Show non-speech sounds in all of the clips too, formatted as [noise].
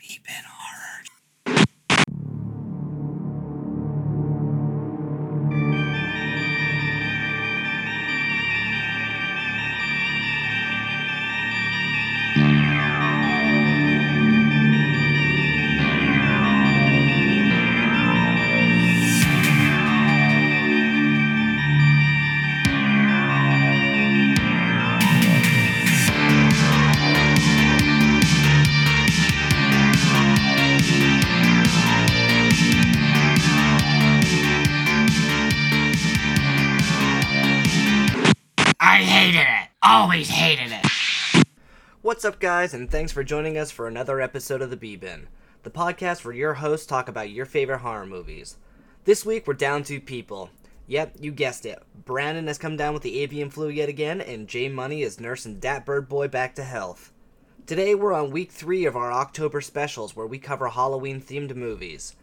Beepin' horror. I hated it. Always hated it. What's up, guys, and thanks for joining us for another episode of The B Bin, the podcast where your hosts talk about your favorite horror movies. This week, we're down two people. Yep, you guessed it. Brandon has come down with the avian flu yet again, and Jay Money is nursing Dat Bird Boy back to health. Today, we're on week three of our October specials where we cover Halloween themed movies.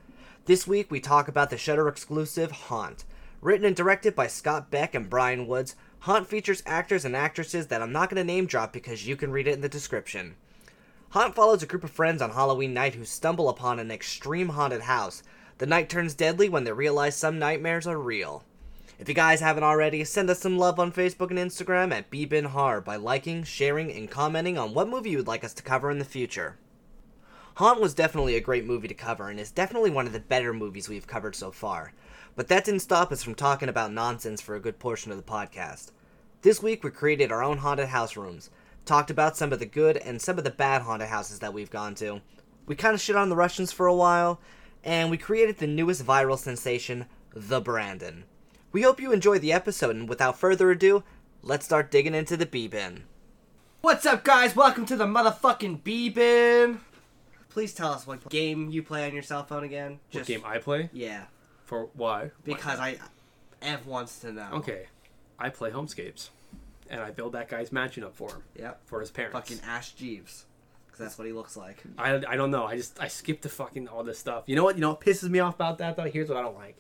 This week, we talk about the Shutter exclusive Haunt. Written and directed by Scott Beck and Brian Woods, Haunt features actors and actresses that I'm not going to name drop because you can read it in the description. Haunt follows a group of friends on Halloween night who stumble upon an extreme haunted house. The night turns deadly when they realize some nightmares are real. If you guys haven't already, send us some love on Facebook and Instagram at BBinHar by liking, sharing, and commenting on what movie you would like us to cover in the future. Haunt was definitely a great movie to cover and is definitely one of the better movies we've covered so far. But that didn't stop us from talking about nonsense for a good portion of the podcast. This week we created our own haunted house rooms, talked about some of the good and some of the bad haunted houses that we've gone to. We kind of shit on the Russians for a while, and we created the newest viral sensation, The Brandon. We hope you enjoyed the episode, and without further ado, let's start digging into the B bin. What's up, guys? Welcome to the motherfucking B-Bin. Please tell us what game you play on your cell phone again. What game I play? Yeah, For why? because I. Ev wants to know. Okay, I play Homescapes, and I build that guy's mansion up for him, Yep. for his parents. Fucking Ash Jeeves. Because that's what he looks like. I, I don't know. I just I skip the fucking all this stuff. You know what? You know what pisses me off about that though. Here's what I don't like.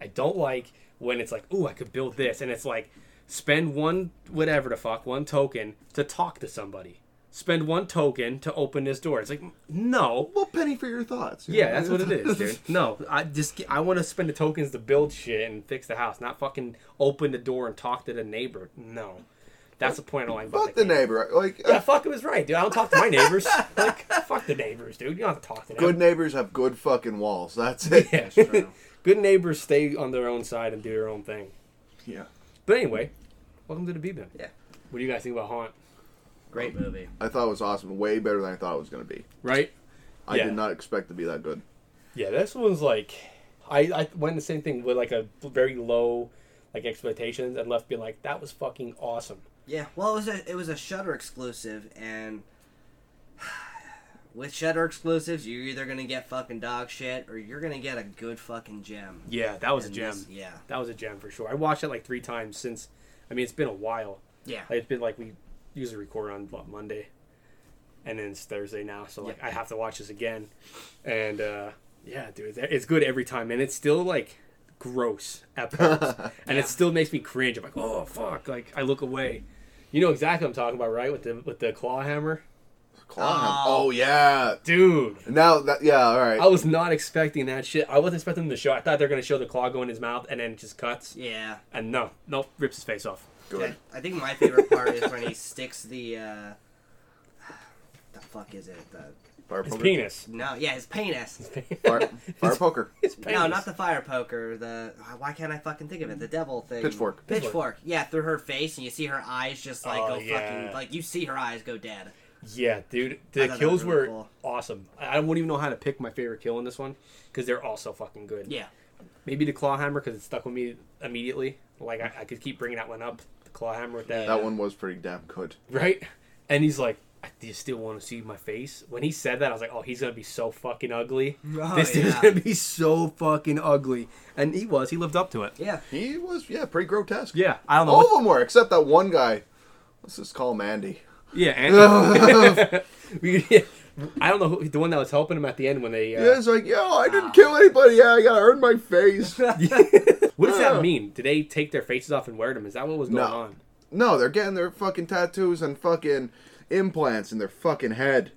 I don't like when it's like, ooh, I could build this, and it's like, spend one whatever the fuck one token to talk to somebody. Spend one token to open this door. It's like, no, Well, penny for your thoughts. Yeah, that's what [laughs] it is, dude. No, I just I want to spend the tokens to build shit and fix the house, not fucking open the door and talk to the neighbor. No, that's the point I don't like. about Fuck that the game. neighbor. Like, Yeah, uh, fuck. It was right, dude. I don't talk to [laughs] my neighbors. like, fuck the neighbors, dude. You don't have to talk to them. good neighbors have good fucking walls. That's it. yeah, true. [laughs] good neighbors stay on their own side and do their own thing. Yeah. But anyway, welcome to the B bin. Yeah. What do you guys think about haunt? Great movie. I thought it was awesome. Way better than I thought it was going to be. Right. I Yeah. did not expect to be that good. Yeah, this one's like, I, I went the same thing with like a very low, like expectations and left being like that was fucking awesome. Yeah, well, it was a, it was a Shutter exclusive, and [sighs] with Shutter exclusives, you're either gonna get fucking dog shit or you're gonna get a good fucking gem. Yeah, that was And a gem. this- yeah, That was a gem for sure. I watched it like three times since. I mean, it's been a while. yeah. Like, it's been like we usually record on what, Monday, and then it's Thursday now. So like Yeah. I have to watch this again, and uh, yeah, dude, that- it's good every time, and it's still like gross at [laughs] parts, and it still makes me cringe. I'm like, oh fuck! Like I look away. You know exactly what I'm talking about, right? With the with the claw hammer, Clawham. Oh, yeah. dude. Now that yeah, all right. I was not expecting that shit. I wasn't expecting them to show. I thought they're gonna show the claw go in his mouth, and then it just cuts. yeah. And no, no, rips his face off. good. I, I think my favorite part is when he sticks the uh, [sighs] the fuck is it? The, Fire His poker. penis. no, yeah, his penis. Fire, fire poker. [laughs] His penis. No, not the fire poker. The uh, why can't I fucking think of it? The devil thing. Pitchfork. Pitchfork. Yeah, through her face, and you see her eyes just like Oh, go yeah. fucking like you see her eyes go dead. Yeah, I dude, the thought that was kills really were cool. awesome. I I wouldn't even know how to pick my favorite kill in this one because they're all so fucking good. Yeah. Maybe the claw hammer because it stuck with me immediately. Like I, I could keep bringing that one up. The claw hammer with that. That one was pretty damn good. Right? And he's like, I do you still want to see my face? When he said that, I was like, oh, he's going to be so fucking ugly. Oh, this dude's yeah. going to be so fucking ugly. And he was. He lived up to it. Yeah. Oh, He was yeah, pretty grotesque. Yeah. I don't know. All what- of them were except [laughs] that one guy. Let's just call him Andy. yeah, and [laughs] we, yeah, I don't know who the one that was helping him at the end when they. Uh, Yeah, it's like, yo, I didn't Ah. kill anybody. Yeah, I gotta earn my [laughs] face. What does Yeah. that mean? Did they take their faces off and wear them? Is that what was going No. on? no, they're getting their fucking tattoos and fucking implants in their fucking head.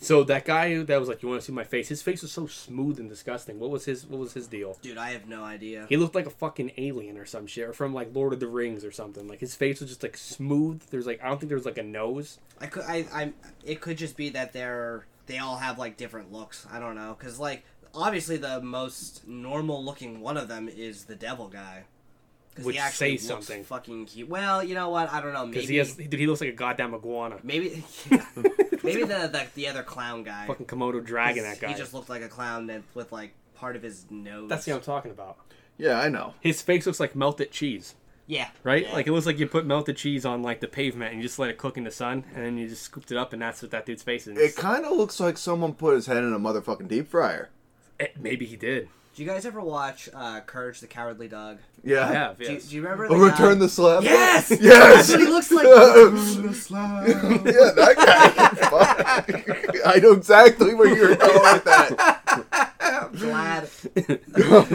So that guy that was like, "You want to see my face?" His face was so smooth and disgusting. What was his What was his deal? Dude, I have no idea. He looked like a fucking alien or some shit, or from like Lord of the Rings or something. Like his face was just like smooth. There's like I don't think there was like a nose. I could, I, I, it could just be that they're they all have like different looks. I don't know, cause like obviously the most normal looking one of them is the devil guy. 'Cause Which he actually says looks something. fucking cute. Well, you know what? I don't know. Maybe Because he has, dude, he looks like a goddamn iguana, [laughs] [laughs] maybe yeah. maybe the, the the other clown guy. fucking Komodo dragon. That guy. He just looked like a clown that with like part of his nose. That's what I'm talking about. Yeah, I know. His face looks like melted cheese, yeah. right? Yeah. Like it looks like you put melted cheese on like the pavement and you just let it cook in the sun, and then you just scooped it up, and that's what that dude's face is. It kind of looks like someone put his head in a motherfucking deep fryer. Eh, maybe he did. Do you guys ever watch uh, Courage the Cowardly Dog? Yeah. I have. Do you, Yes. do you remember? Oh, the guy- Return the slap. Yes! [laughs] Yes. He looks [laughs] like yeah, that guy. Fuck. [laughs] I know exactly where you were going with that. [laughs] glad.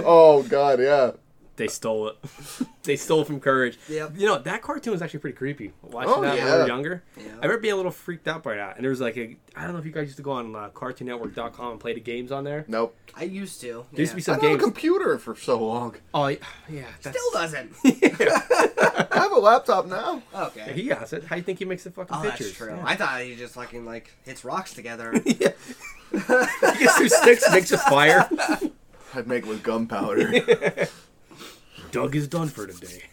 oh god, yeah. They stole it. [laughs] they stole from Courage. Yep. You know that cartoon was actually pretty creepy. Watching Oh, that when we yeah. were younger, I remember being a little freaked out by that. And there was like a I don't know if you guys used to go on uh, CartoonNetwork.com and play the games on there. Nope. I used to. There used yeah. to be I some have had a games. computer for so long. oh yeah, [sighs] yeah, that's, Still doesn't. [laughs] I have a laptop now. Okay. he has it. How do you think he makes the fucking oh, pictures? that's true. Yeah. I thought he just fucking like hits rocks together. [laughs] he gets through sticks, makes [laughs] a fire. I'd make it with gunpowder. Doug is done for today.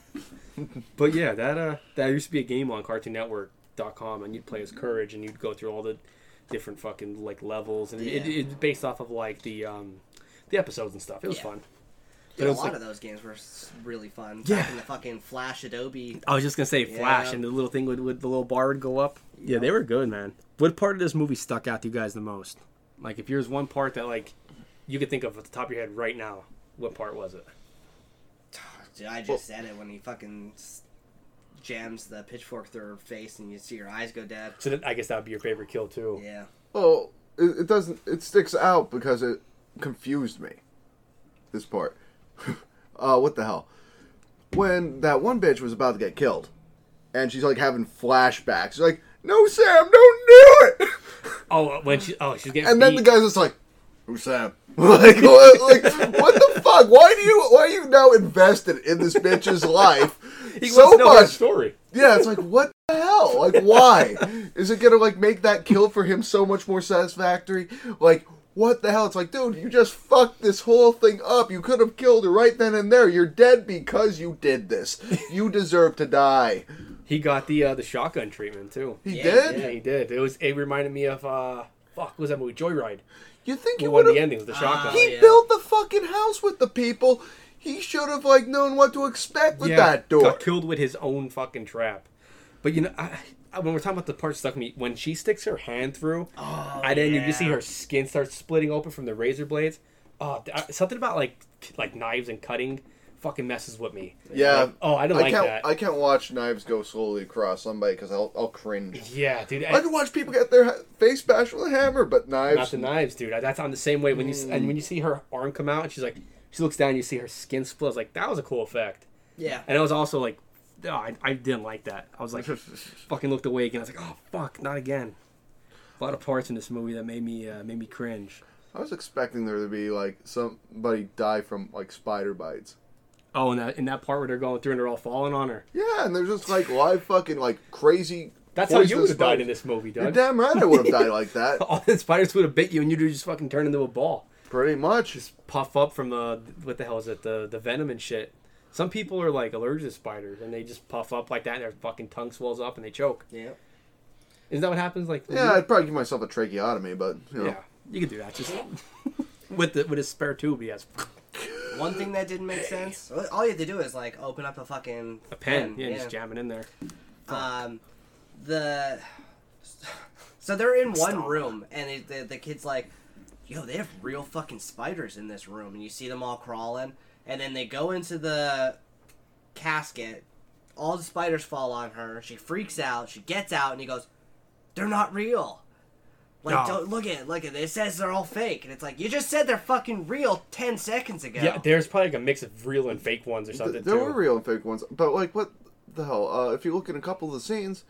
[laughs] but yeah, that uh, that used to be a game on CartoonNetwork.com, and you'd play as Courage, and you'd go through all the different fucking like levels, and it, Yeah. it, it based off of like the um, the episodes and stuff. It was Yeah. fun. Dude, it a was lot like- of those games were s- really fun. Yeah. Back in the fucking Flash Adobe. I was just gonna say Flash, Yeah. and the little thing would, would the little bar would go up. Yeah. they were good, man. What part of this movie stuck out to you guys the most? Like, if there's one part that like you could think of at the top of your head right now, what part was it? Dude, I just said it when he fucking s- jams the pitchfork through her face and you see her eyes go dead. So that, I guess that would be your favorite kill too. Yeah. well, it, it doesn't. It sticks out because it confused me. This part. [laughs] uh, what the hell? When that one bitch was about to get killed, and she's like having flashbacks. She's like, "No, Sam, don't do [laughs] it." Oh, when she oh she's getting And then the beat. guy's just like, "Who's Sam?" [laughs] [laughs] like, what, like, what the fuck? Why do you? Why are you now invested in this bitch's life [laughs] he so wants to know her much? story. Yeah, it's like what the hell? Like why? Is it gonna like make that kill for him so much more satisfactory? Like what the hell? It's like, dude, you just fucked this whole thing up. You could have killed her right then and there. You're dead because you did this. You deserve to die. He got the uh, the shotgun treatment too. He Yeah, did? Yeah, he did. It was. It reminded me of uh, fuck, what was that movie Joyride? You think The you one would of the have endings, the shotgun. Oh, He yeah. built the fucking house with the people. He should have like known what to expect with that door. got killed with his own fucking trap. But you know, I, I, when we're talking about the part that stuck with me, when she sticks her hand through, Oh, and then you just see her skin start splitting open from the razor blades. Oh, th- I- something about like like knives and cutting fucking messes with me. Yeah. Like, oh, I don't like can't. that. I can't watch knives go slowly across somebody because I'll, I'll cringe. yeah, dude. I can watch people get their ha- face bashed with a hammer, but not knives. the knives, dude. I- That's on the same way when you s and when you see her arm come out and she's like, she looks down, and you see her skin split. I was like, that was a cool effect. Yeah. And I was also like, oh, I, I didn't like that. I was like, fucking looked away again. I was like, oh fuck, not again. A lot of parts in this movie that made me uh, made me cringe. I was expecting there to be like somebody die from like spider bites. Oh, and that in that part where they're going through and they're all falling on her. Yeah, and they're just like live fucking like crazy. That's how you poisonous would have died bugs. in this movie, [laughs] You're Doug. damn right I would have died like that. [laughs] all the spiders would have bit you, and you'd just fucking turn into a ball. Pretty much. puff up from the what the hell is it the the venom and shit. Some people are like allergic to spiders and they just puff up like that and their fucking tongue swells up and they choke. Yeah. Isn't that what happens? Like Yeah, I'd probably give myself a tracheotomy, but you know. yeah, you could do that just [laughs] with the with a spare tube. Yes, One thing that didn't make sense. All you had to do is like open up a fucking a pen. Yeah, just jam it in there. um, the so they're in one room and it, the, the kid's like yo they have real fucking spiders in this room and you see them all crawling and then they go into the casket all the spiders fall on her she freaks out she gets out and he goes they're not real Like, No. don't look at it. Look at it. It says they're all fake, and it's like you just said they're fucking real ten seconds ago. Yeah, there's probably like a mix of real and fake ones or something. there too. were real and fake ones, but like what the hell? Uh, if you look at a couple of the scenes,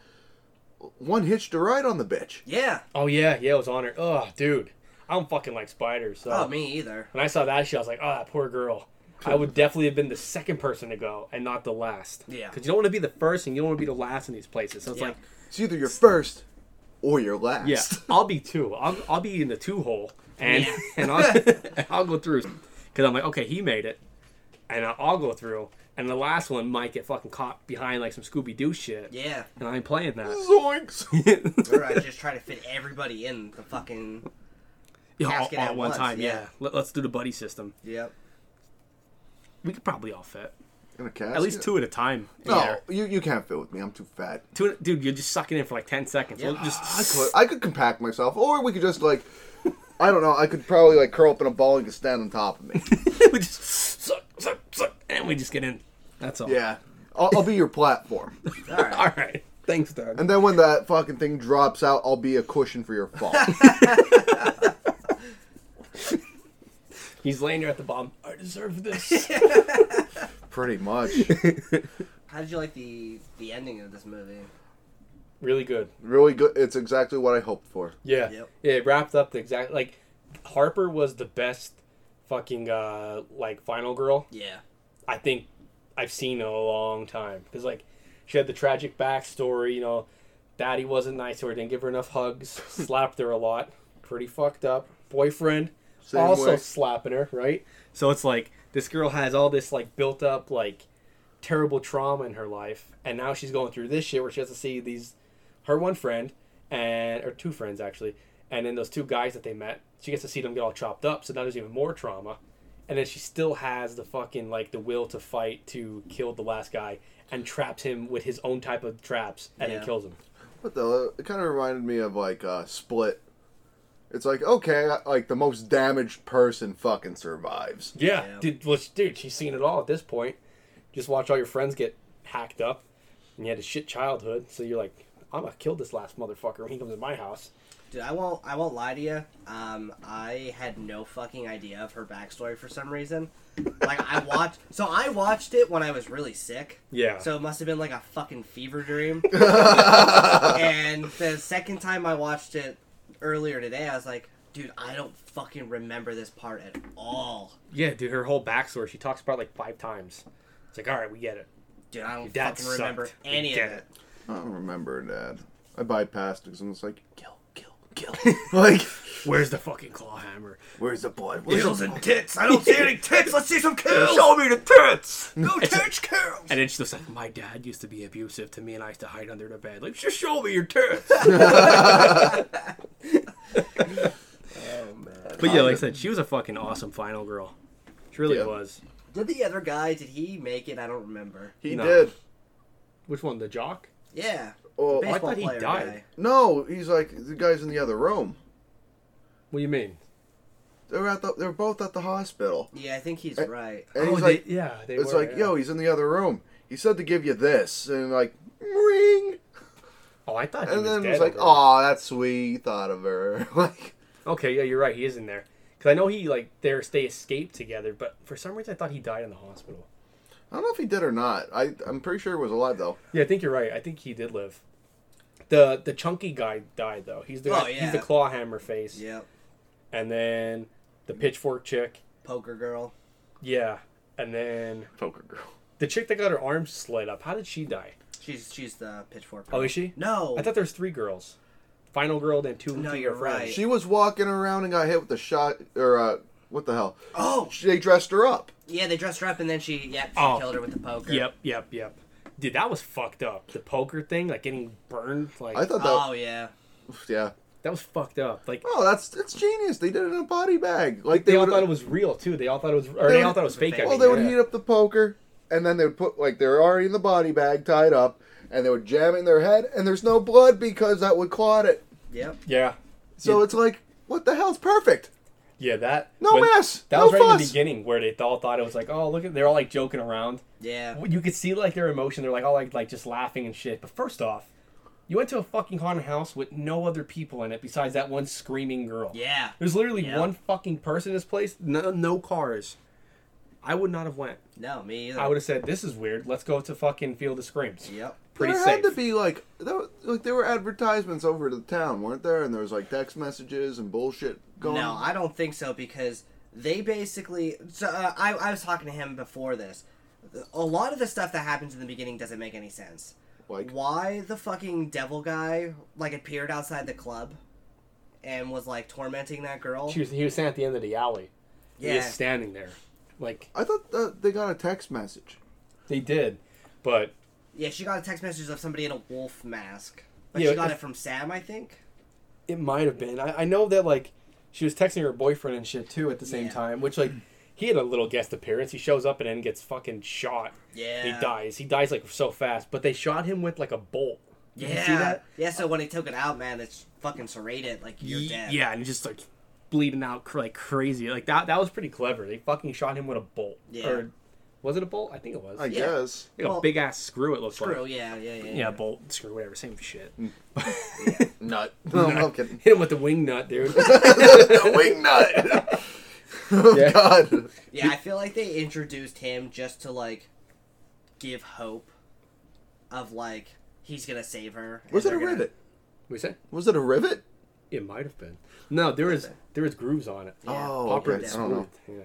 one hitched a ride on the bitch. Yeah. Oh yeah, yeah, it was on her. Oh, dude, I don't fucking like spiders. So Oh, me either. when I saw that shit, I was like, oh, that poor girl. I would definitely have been the second person to go and not the last. Yeah. Because you don't want to be the first and you don't want to be the last in these places. So it's Yeah. like, It's either your first or your last. yeah, I'll be two. I'll, I'll be in the two hole and [laughs] and I'll, I'll [laughs] go through because I'm like, okay, he made it, and I'll, I'll go through, and the last one might get fucking caught behind like some Scooby Doo shit. Yeah. And I ain't playing that. [laughs] [laughs] Zoinks. Or I just try to fit everybody in the fucking. Yeah, all, Casket all at at one once, time. yeah. Yeah. Let, let's do the buddy system. Yep. We could probably all fit. In a casket. At least two at a time. in No, there. you, you can't fit with me. I'm too fat. Two, dude, you're just sucking in for like ten seconds. Yeah. We'll just [laughs] But I could compact myself, or we could just like, I don't know. I could probably like curl up in a ball and just stand on top of me. we just suck, suck, suck, and we just get in. That's all. [laughs] Yeah, I'll, I'll be your platform, [laughs] All right. [laughs] All right. Thanks, Doug. and then when that fucking thing drops out, I'll be a cushion for your [laughs] fall. He's laying there at the bottom. I [laughs] deserve this. Pretty much. [laughs] How did you like the the ending of this movie? really good. [laughs] Really good. It's exactly what I hoped for. Yeah. Yep. Yeah. It wrapped up the exact like Harper was the best fucking uh like final girl Yeah. I think I've seen in a long time because like she had the tragic backstory. You know, daddy wasn't nice to her, didn't give her enough hugs, [laughs] slapped her a lot, pretty fucked up. Boyfriend Same also way. slapping her, right? So it's like this girl has all this like built up like terrible trauma in her life, and now she's going through this shit where she has to see these her one friend and or two friends actually, and then those two guys that they met. She gets to see them get all chopped up, so now there's even more trauma. And then she still has the fucking like the will to fight to kill the last guy and traps him with his own type of traps and Yeah. then kills him. What the? It kind of reminded me of like uh, Split. It's like okay, like the most damaged person fucking survives. Yeah, Yeah. dude, well, she- dude, she's seen it all at this point. Just watch all your friends get hacked up, and you had a shit childhood, so you're like, I'm gonna kill this last motherfucker when he comes to my house. Dude, I won't. I won't lie to you. Um, I had no fucking idea of her backstory for some reason. Like I watched, so I watched it when I was really sick. Yeah. So it must have been like a fucking fever [laughs] dream. and the second time I watched it earlier today, I was like, dude, I don't fucking remember this part at all. Yeah, dude, her whole backstory, she talks about it like five times. It's like, all right, we get it. Dude, I don't dad fucking remember sucked. We any of get it. I don't remember that. I bypassed it because I'm just like kill, kill, [laughs] kill. like Where's the fucking claw hammer? where's the blood? Where's the blood? tits. I don't see any tits. [laughs] Let's see some kills. Show me the tits! No It's a- tits kills. And then she's just like, my dad used to be abusive to me, and I used to hide under the bed. Like, just show me [laughs] your tits. Oh, But yeah, like I said, she was a fucking awesome final girl. She really Yeah. was. Did the other guy? Did he make it? I don't remember. He No. did. Which one? The jock? Yeah. Oh, Baseball I- thought he player died. guy. no, he's like the guys in the other room. What do you mean? They're at the, they're both at the hospital, Yeah, I think he's Eh. Uh, right. and he's like, yeah, Oh, they it's like, yo, he's in the other room. He said to give you this, and like, ring, Oh, I thought. He and was then dead it's like, already. oh, that's sweet. He thought of her, [laughs] like, Okay, yeah, you're right. He is in there. Cause I know he like there they escaped together, but for some reason I thought he died in the hospital. I don't know if he did or not. I I'm pretty sure he was alive though. Yeah, I think you're right. I think he did live. The the chunky guy died though. He's the Oh, he's the yeah. claw hammer face. Yep. And then the pitchfork chick. Poker girl. Yeah. And then Poker girl. the chick that got her arms slit up. How did she die? She's she's the pitchfork. Oh, girl. is she? No. I thought there's three girls. Final girl, then two. No, two you're were friends. right. She was walking around and got hit with a shot, or uh, what the hell? oh, She- They dressed her up. yeah. They dressed her up and then she yeah she Oh. killed her with the poker. Yep, yep, yep. Dude, that was fucked up. The poker thing, like getting burned, like I thought that, Oh yeah. yeah. that was fucked up. Like Oh, that's that's genius. They did it in a body bag. Like they, all would- thought it was real too. They all thought it was, or they, would- all thought it was fake. I Well, Well, mean, they would yeah. heat up the poker, and then they would put like they're already in the body bag, tied up, and they would jam it in their head, and there's no blood because that would clot it. Yep. Yeah, So it's like, what the hell's perfect? yeah, that No when- mess, That no was right in the fuss. beginning where they all thought it was like, oh, look at they're all like joking around. Yeah. You could see like their emotion. They're like all like like just laughing and shit. But first off, You went to a fucking haunted house with no other people in it besides that one screaming girl. Yeah. There's literally Yeah. one fucking person in this place. No, no cars. I would not have went. No, me either. I would have said, "This is weird. Let's go to fucking Field of Screams." Yep. Pretty there safe. had to be like there, were- like there were advertisements over the town, weren't there? And there was like text messages and bullshit going. No, I don't think so because they basically. So uh, I, I was talking to him before this. A lot of the stuff that happens in the beginning doesn't make any sense. Like- why the fucking devil guy like appeared outside the club and was like tormenting that girl? She was, he was standing at the end of the alley. yeah, He is standing there, like I thought that they got a text message. they did, but yeah. She got a text message of somebody in a wolf mask, but Yeah, she got if- it from Sam, I think. it might have been. I, I know that like she was texting her boyfriend and shit too at the same Yeah. time, which like he had a little guest appearance. He shows up and then gets fucking shot. Yeah. He dies. He dies like so fast, but they shot him with like a bolt. Yeah. Did you see that? Yeah. So when he took it out, man, it's fucking serrated. Like you're Ye- dead. Yeah, and just like bleeding out cr- like crazy. Like that that was pretty clever. They fucking shot him with a bolt. Yeah. Or was it a bolt? I think it was. I like Yeah. [laughs] guess. a Well, big ass screw it looks Screw. like. Yeah. Yeah. Mm. Yeah. Yeah, bolt, screw, whatever, same shit. [laughs] Nut. No, I'm not kidding. Hit him with the wing nut, [laughs] dude. a [laughs] wing nut. oh Yeah. God. Yeah, I feel like they introduced him just to like give hope of like he's gonna save her. and Was it a they're gonna- rivet? we say Was it a rivet? it might have been. No, there is there is grooves on it. Yeah. Oh, Popper okay. and I don't know. Smooth, Yeah.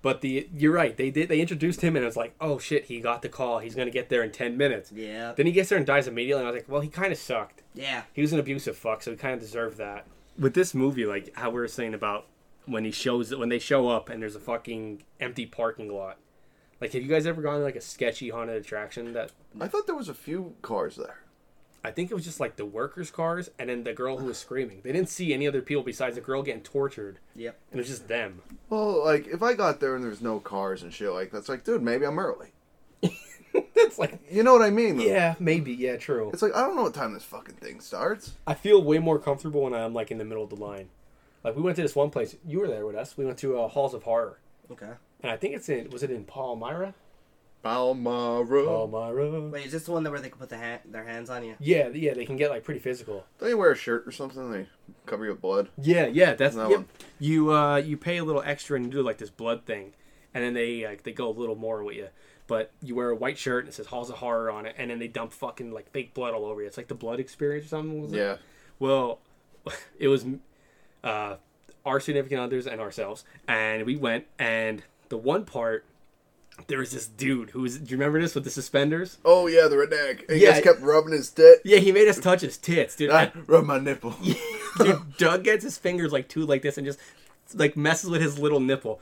But the you're right. They did they introduced him and it was like, "Oh shit, he got the call. He's going to get there in 10 minutes." Yeah. Then he gets there and dies immediately and I was like, "Well, he kind of sucked." Yeah. he was an abusive fuck, so he kind of deserved that. With this movie, like how we were saying about when he shows when they show up and there's a fucking empty parking lot. Like, have you guys ever gone to like a sketchy haunted attraction that I thought there was a few cars there. I think it was just like the workers' cars and then the girl who was screaming. They didn't see any other people besides the girl getting tortured. Yep. And it was just them. Well, like if I got there and there's no cars and shit like that's like, dude, maybe I'm early. That's like You know what I mean? yeah, maybe, yeah, true. It's like I don't know what time this fucking thing starts. I feel way more comfortable when I'm like in the middle of the line. Like we went to this one place. You were there with us. We went to uh, Halls of Horror, Okay. and I think it's in was it in Palmyra? Palmaro. Palmyra. Wait, is this the one that where they can put the ha- their hands on you? Yeah, yeah, they can get like pretty physical. Don't you wear a shirt or something? They cover you with blood. Yeah, yeah, that's That yep. one. You uh, you pay a little extra and you do like this blood thing, and then they like they go a little more with you. But you wear a white shirt and it says Halls of Horror on it, and then they dump fucking like fake blood all over you. It's like the blood experience or something. Was it? Yeah. Well, [laughs] it was uh, our significant others and ourselves, and we went. And the one part, there was this dude who was. Do you remember this with the suspenders? Oh yeah, the redneck. He Yeah. just kept rubbing his dick. Yeah, he made us touch his tits, [laughs] dude. Ah, rub my [laughs] nipple. Dude, Doug gets his fingers like two like this and just like messes with his [laughs] little nipple.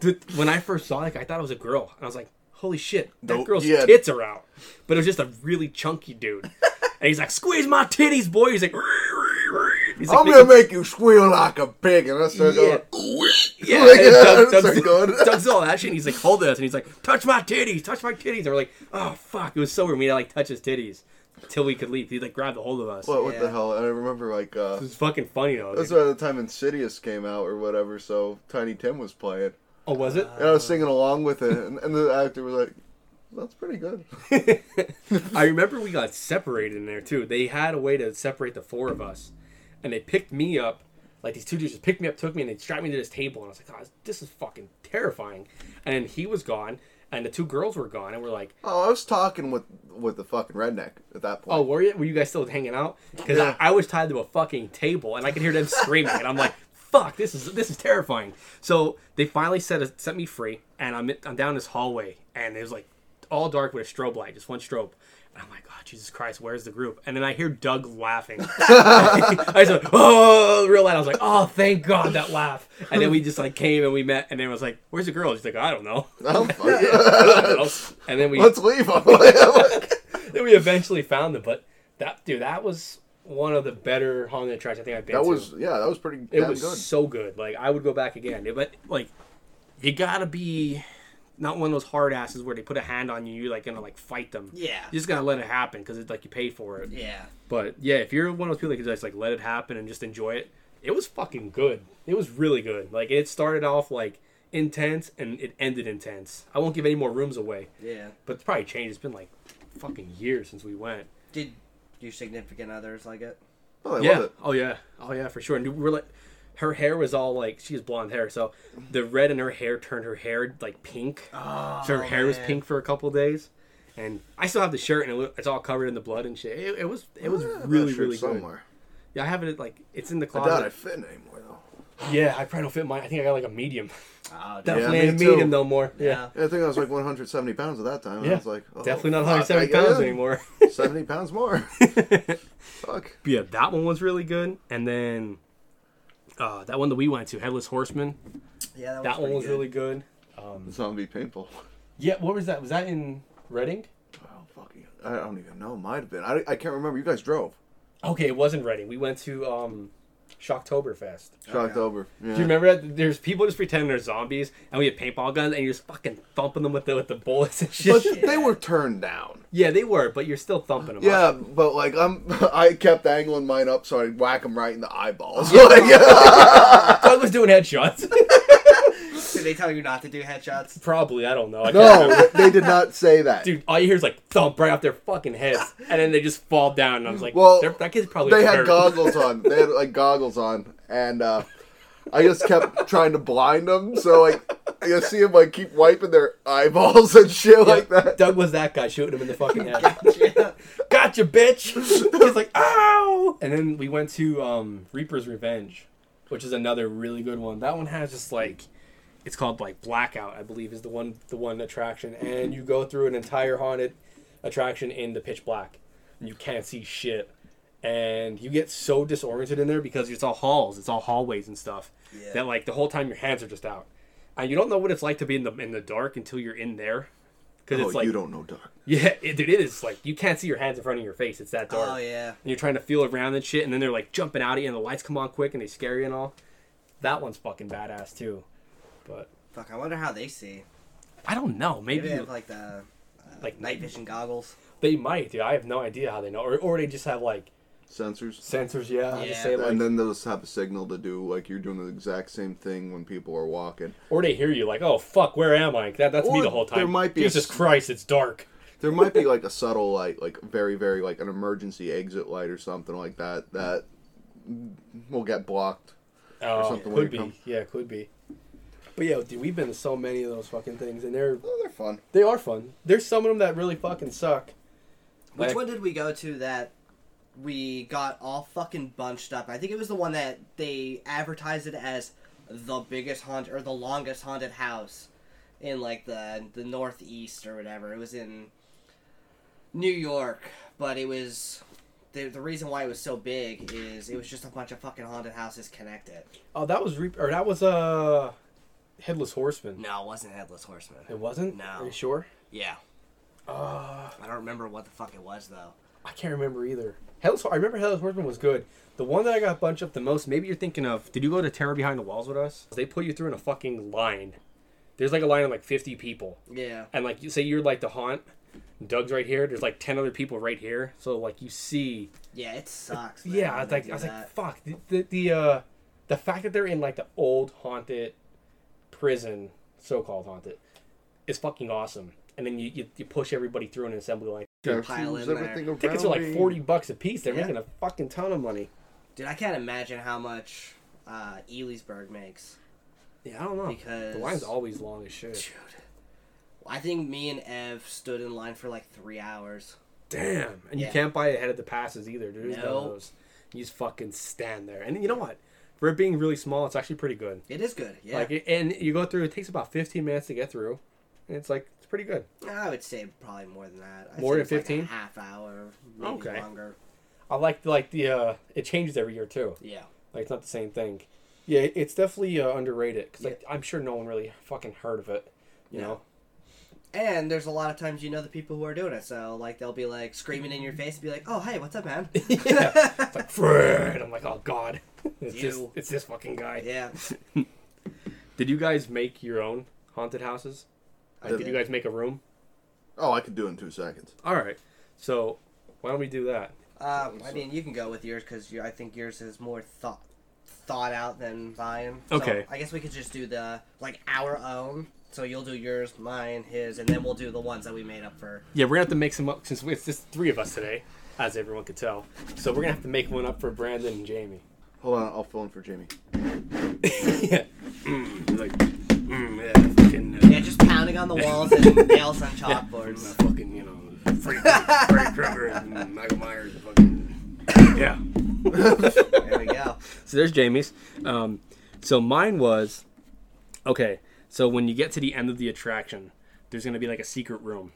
Dude, when I first saw it, I thought it was a girl, and I was like, "Holy shit, that Nope. girl's Yeah. tits are out!" But it was just a really chunky [laughs] dude, and he's like, "Squeeze my titties, boy." He's like, he's like I'm gonna make you squeal like a pig, and I start Yeah. going. [laughs] yeah, Like, and that's Doug, Doug's, so good. [laughs] Doug's all that shit. And he's like, "Hold this," and he's like, "Touch my titties, touch my titties." And we're like, "Oh fuck!" It was so weird. We had to, like touch his titties until we could leave. He like grabbed a hold of us. What, what the Yeah. hell? And I remember like uh, it was fucking funny though. that's around the time Insidious came out or whatever. So Tiny Tim was playing, oh, was it? and I was singing along with it, and, and the actor was like, "That's pretty good." I remember we got separated in there too. They had a way to separate the four of us, and they picked me up. Like these two dudes just picked me up, took me, and they strapped me to this table. And I was like, "God, this is fucking terrifying." And he was gone, and the two girls were gone, and we're like, Oh, I was talking with with the fucking redneck at that point. "Oh, were you? Were you guys still hanging out?" Because Yeah. I, I was tied to a fucking table, and I could hear them screaming, and I'm like, "Fuck, this is this is terrifying." So they finally set us set me free, and I'm I'm down this hallway, and it was like all dark with a strobe light, just one strobe. And I'm like, "God, Jesus Christ, where's the group?" And then I hear Doug laughing. I just went, "Oh!" Real loud. I was like, "Oh, thank God that laugh." And then we just like came and we met, and then it was like, "Where's the girl?" She's like, "I don't know." [laughs] [laughs] I'm fucking- I don't know. And then we Let's leave. [laughs] I'm like- then we eventually found them. But that dude, that was one of the better haunted attractions I think I've been that to. was yeah, that was pretty it damn was good. so good. Like I would go back again. It- But like you gotta be not one of those hard asses where they put a hand on you, you're like gonna like fight them. Yeah. you just gotta let it happen because it's like you pay for it. Yeah. But yeah, if you're one of those people that can just like let it happen and just enjoy it, it was fucking good. It was really good. Like it started off like intense and it ended intense. I won't give any more rooms away, Yeah. but it's probably changed. It's been like fucking years since we went. Did your significant others like it? Oh, I yeah. love it. Oh yeah. Oh yeah, for sure. And we're like, her hair was all like she has blonde hair, so the red in her hair turned her hair like pink. so her hair was Oh, man. pink for a couple days. And I still have the shirt, and it, lo- it's all covered in the blood and shit. It, it was it was Yeah, Ah, that really shirt's really good. somewhere. Yeah, I have it like it's in the I doubt closet. it fit anymore though. Yeah, I probably don't fit mine. I think I got like a medium. [laughs] Oh, dude. Definitely me a medium too. though more. Yeah. Yeah. Yeah, I think I was like 170 pounds at that time. and Yeah. I was like, oh, Definitely not fuck, 170 I- yeah, [laughs] pounds anymore. 70 pounds [laughs] more. fuck. But yeah, that one was really good. And then uh, that one that we went to, Headless Horseman, Yeah, that, that one pretty was good. really good. It's not gonna be painful. Yeah, what was that? Was that in Reading? [laughs] Oh, fucking. I don't even know. Might have been. I, I can't remember. You guys drove. Okay, it wasn't Reading. We went to um, Shocktoberfest. Shocked over. Yeah. Do you remember that? There's people just pretending they're zombies, and we had paintball guns, and you're just fucking thumping them with the with the bullets and shit. But they were turned down. [laughs] yeah, they were, but you're still thumping them. Yeah, but like I'm, [laughs] I kept angling mine up so I'd whack them right in the eyeballs. [laughs] Like, Doug was [laughs] doing headshots. Did they tell you not to do headshots? Probably, I don't know. I can't remember. [laughs] no, they did not say that. dude, all you hear is like thump right off their fucking heads, and then they just fall down. And I was like, Well, well, that kid's probably they had hurt. goggles on. They had like goggles on, and uh, I just kept trying to blind them. So like, I just see them like keep wiping their eyeballs and shit like that. Doug was that guy shooting him in the fucking head. gotcha, bitch. He's like, ow. And then we went to um, Reaper's Revenge, which is another really good one. That one has just like, it's called like Blackout, I believe, is the one the one attraction, and you go through an entire haunted attraction in the pitch black, and you can't see shit. And you get so disoriented in there because it's all halls, it's all hallways and stuff. Yeah. That like the whole time your hands are just out, and you don't know what it's like to be in the in the dark until you're in there, because Oh, it's like you don't know, Doc. yeah, it, dude, it is like you can't see your hands in front of your face. It's that dark. Oh yeah. And you're trying to feel around and shit, and then they're like jumping out at you, and the lights come on quick, and they scare you and all. That one's fucking badass too. But Fuck, I wonder how they see. I don't know. Maybe Maybe they you- have like the like night vision goggles. They might, dude. I have no idea how they know, or, or they just have like Sensors. sensors. Yeah, I'll just Yeah. say, like- And then they'll just have a signal to do like you're doing the exact same thing when people are walking. or they hear you like, "Oh fuck, where am I?" That, that's me Or the whole time. there might be a Jesus s- Christ, it's dark. There might be like a subtle light, like very, very like an emergency exit light or something like that that will get blocked. Uh, something when could you be, come. yeah, could be. But yeah, dude, we've been to so many of those fucking things, and they're Oh, they're fun. they are fun. There's some of them that really fucking suck. Which Like- one did we go to that we got all fucking bunched up? I think it was the one that they advertised it as the biggest haunt or the longest haunted house in like the the northeast or whatever. It was in New York, but it was the, the reason why it was so big is it was just a bunch of fucking haunted houses connected. Oh, that was re- or that was uh headless horseman. No, it wasn't Headless Horseman. It wasn't. No. Are you sure? Yeah. Uh, I don't remember what the fuck it was though. I can't remember either. Headless. I remember headless horseman was good. The one that I got bunched up the most. Maybe you're thinking of. Did you go to Terror Behind the Walls with us? They put you through in a fucking line. There's like a line of like 50 people, Yeah. and like you say you're like the haunt. Doug's right here. There's like 10 other people right here. So like you see. Yeah, it sucks. man, Yeah, I when was they like, do I was that. like, fuck the the, the uh, the fact that they're in like the old haunted prison, so called haunted, is fucking awesome. And then you, you, you push everybody through an assembly line. pile in there. Tickets are like forty bucks a piece. They're Yeah. making a fucking ton of money. Dude, I can't imagine how much uh, Elysburg makes. Yeah, I don't know. Because- the line's always long as shit. I think me and Ev stood in line for like three hours. Damn, and you Yeah. can't buy ahead of the passes either. There's none of No. those. You just fucking stand there. And you know what? For it being really small, it's actually pretty good. It is good, yeah. Like, it- and you go through. It takes about fifteen minutes to get through, and it's like it's pretty good. I would say probably more than that. I'd More say than it's like a 15? half hour, maybe Okay. longer. I like like the uh, it changes every year too. Yeah. Like it's not the same thing. Yeah, it- it's definitely uh, underrated because like I'm sure no one really fucking heard of it. You No. know, And there's a lot of times you know the people who are doing it, so like they'll be like screaming in your face and be like, "Oh hey, what's up, man?" [laughs] [laughs] Yeah. it's like Fred. I'm like, oh god, [laughs] it's You. this it's this fucking guy. yeah. Did you guys make your own haunted houses? Like, did. did. you guys make a room? Oh, I could do it in two seconds. All right, so why don't we do that? Um, I mean, you can go with yours because I think yours is more thought thought out than mine. Okay. So I guess we could just do the like our own. So you'll do yours, mine, his, and then we'll do the ones that we made up for. Yeah, we're gonna have to make some up since we- it's just three of us today. as everyone could tell. So we're gonna have to make one up for Brandon and Jamie. Hold on, I'll phone for Jamie. [laughs] yeah. Mm, like, mm, yeah, fucking, uh, Yeah, just pounding on the walls and nails on I'm a chalkboards. fucking, you know, Freddy, Freddy Krueger and Michael Myers. and Fucking, yeah. There we go. So there's Jamie's. Um, so mine was okay. So when you get to the end of the attraction, there's gonna be like a secret room,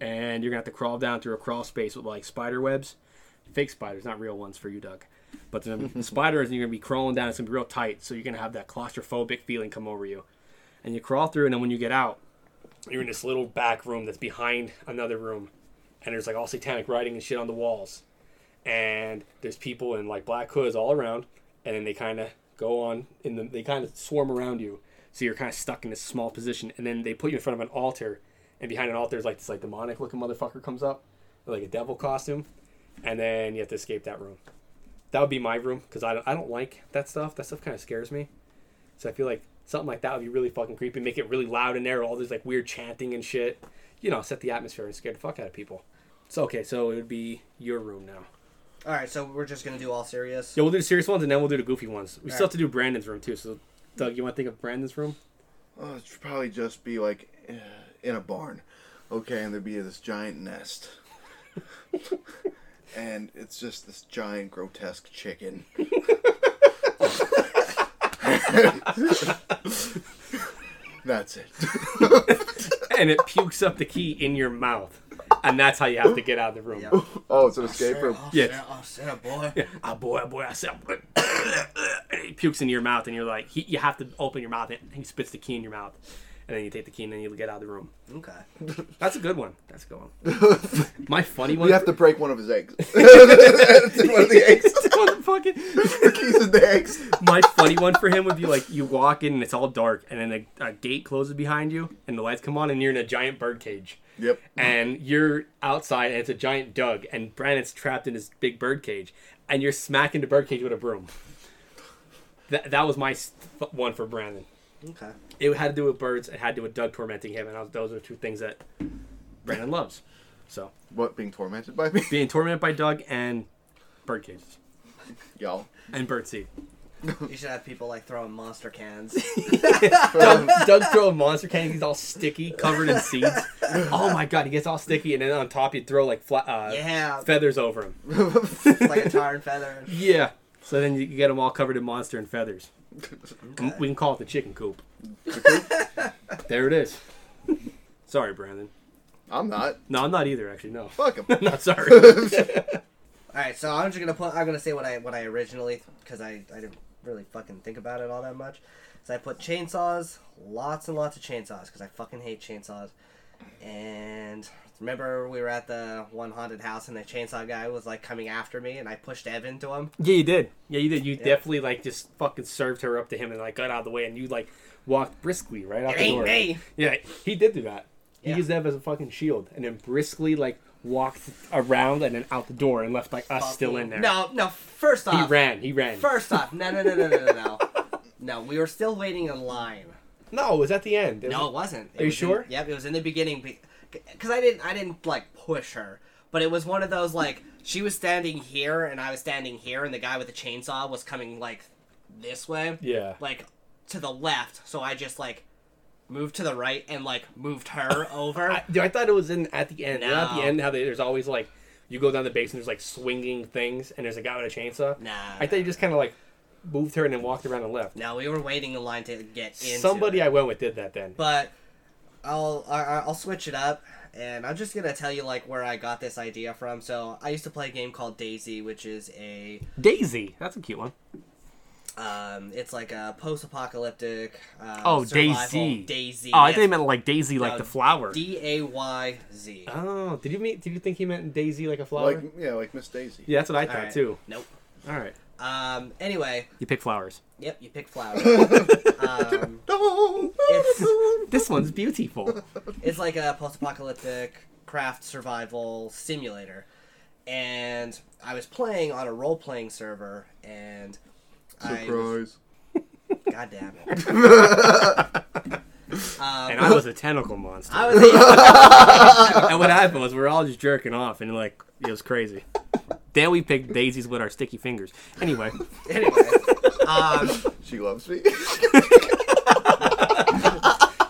and you're gonna have to crawl down through a crawl space with like spider webs, fake spiders, not real ones for you, Doug. But there's gonna be spiders, and you're gonna be crawling down. It's gonna be real tight, so you're gonna have that claustrophobic feeling come over you, and you crawl through, and then when you get out, you're in this little back room that's behind another room, and there's like all satanic writing and shit on the walls and there's people in like black hoods all around, and then they kind of go on in the they kind of swarm around you, so you're kind of stuck in this small position, and then they put you in front of an altar, and behind an altar is like this like demonic looking motherfucker comes up, in, like a devil costume, and then you have to escape that room. That would be my room because I don't, I don't like that stuff. That stuff kind of scares me, so I feel like something like that would be really fucking creepy. Make it really loud in there, all this like weird chanting and shit. You know, set the atmosphere and scare the fuck out of people. So okay, so it would be your room now. All right, so we're just gonna do all serious. Yeah, we'll do the serious ones and then we'll do the goofy ones. We still have to do Brandon's room too. So, Doug, you want to think of Brandon's room? Oh, it should probably just be like eh, in a barn, okay, and there'd be this giant [laughs] nest, and it's just this giant grotesque [laughs] chicken. That's it. And it pukes up the key in your mouth, and that's how you have to get out of the room. Yeah. Yeah. Oh, it's an escape room. Yes. Oh, shit, oh, boy. Ah, boy, ah, boy, I said, [coughs] and it pukes into your mouth, and you're like, he, you have to open your mouth, and he spits the key in your mouth, and then you take the key, and then you get out of the room. Okay. That's a good one. That's a good one. My funny one. You [laughs] have to break one of his eggs. [laughs] one of the eggs. Motherfucking- The keys in the eggs. my funny one for him would be like you walk in and it's all dark and then a, a gate closes behind you and the lights come on and you're in a giant bird cage Yep. and you're outside and it's a giant dug and brandon's trapped in his big bird cage and you're smacking the bird cage with a broom that, that was my s- f- one for brandon Okay. it had to do with birds it had to do with doug tormenting him and I was, those are two things that brandon loves so What being tormented by me, being tormented by doug and bird cages y'all? [laughs] and bird seed You should have people like throwing monster cans. [laughs] Doug, Doug throw a monster cannon. He's all sticky, covered in seeds. Oh my god, he gets all sticky, and then on top he'd throw like fla- uh, Yeah, feathers over him. like a tar and feather. Yeah. So then you can get him all covered in monster and feathers. M- We can call it the chicken coop. [laughs] there it is. Sorry, Brandon. I'm not. No, I'm not either. Actually, no. [laughs] Fuck him. [laughs] Not sorry. All right, so I'm just gonna put. I'm gonna say what I what I originally because I I didn't really fucking think about it all that much. So I put chainsaws, lots and lots of chainsaws because I fucking hate chainsaws. And remember we were at the one haunted house and the chainsaw guy was like coming after me and I pushed Ev into him. yeah, you did. Yeah, you did. You definitely like just fucking served her up to him, and like got out of the way, and you like walked briskly right out the door. Yeah, he did do that. He Yeah. used that as a fucking shield, and then briskly like walked around and then out the door and left like us still in there. No, no. First he off, ran. He ran. First off, no, no, no, no, no, no, no. [laughs] No, we were still waiting in line. No, it was at the end. It No, it was- wasn't. It Are you was in- sure? yep, it was in the beginning because I didn't, I didn't like push her, but it was one of those like she was standing here and I was standing here, and the guy with the chainsaw was coming like this way, Yeah. like to the left. So I just like moved to the right and like moved her over. [laughs] I, dude, I thought it was in at the end. You know, At the No. end, how they, there's always like you go down the base and there's like swinging things, and there's a guy with a chainsaw. Nah. I thought you just kind of like moved her and then walked around and left. no, we were waiting in line to get into Somebody it. I went with did that then. but I'll I- I'll switch it up, and I'm just gonna tell you like where I got this idea from. So I used to play a game called Daisy, which is a Daisy, that's a cute one. um, it's like a post-apocalyptic. Uh, Oh, survival- Daisy. Daisy. Oh, I yes. think he meant like Daisy, like No, the flower. D A Y Z. oh, did you mean? Did you think he meant Daisy, like a flower? Like yeah, like Miss Daisy. [laughs] yeah, that's what I thought Alright. too. Nope. All right, Um. Anyway, you pick [laughs] flowers. yep. You pick flowers. [laughs] [laughs] um, No. it's This one's [laughs] beautiful. it's like a post-apocalyptic craft survival simulator and i was playing on a role-playing server and i was, Surprise. god damn it and I was a tentacle monster. Um, I was, and what happened was we were all just jerking off, and like it was crazy. Then we picked daisies with our sticky fingers. Anyway, Anyway, um, She loves me. [laughs]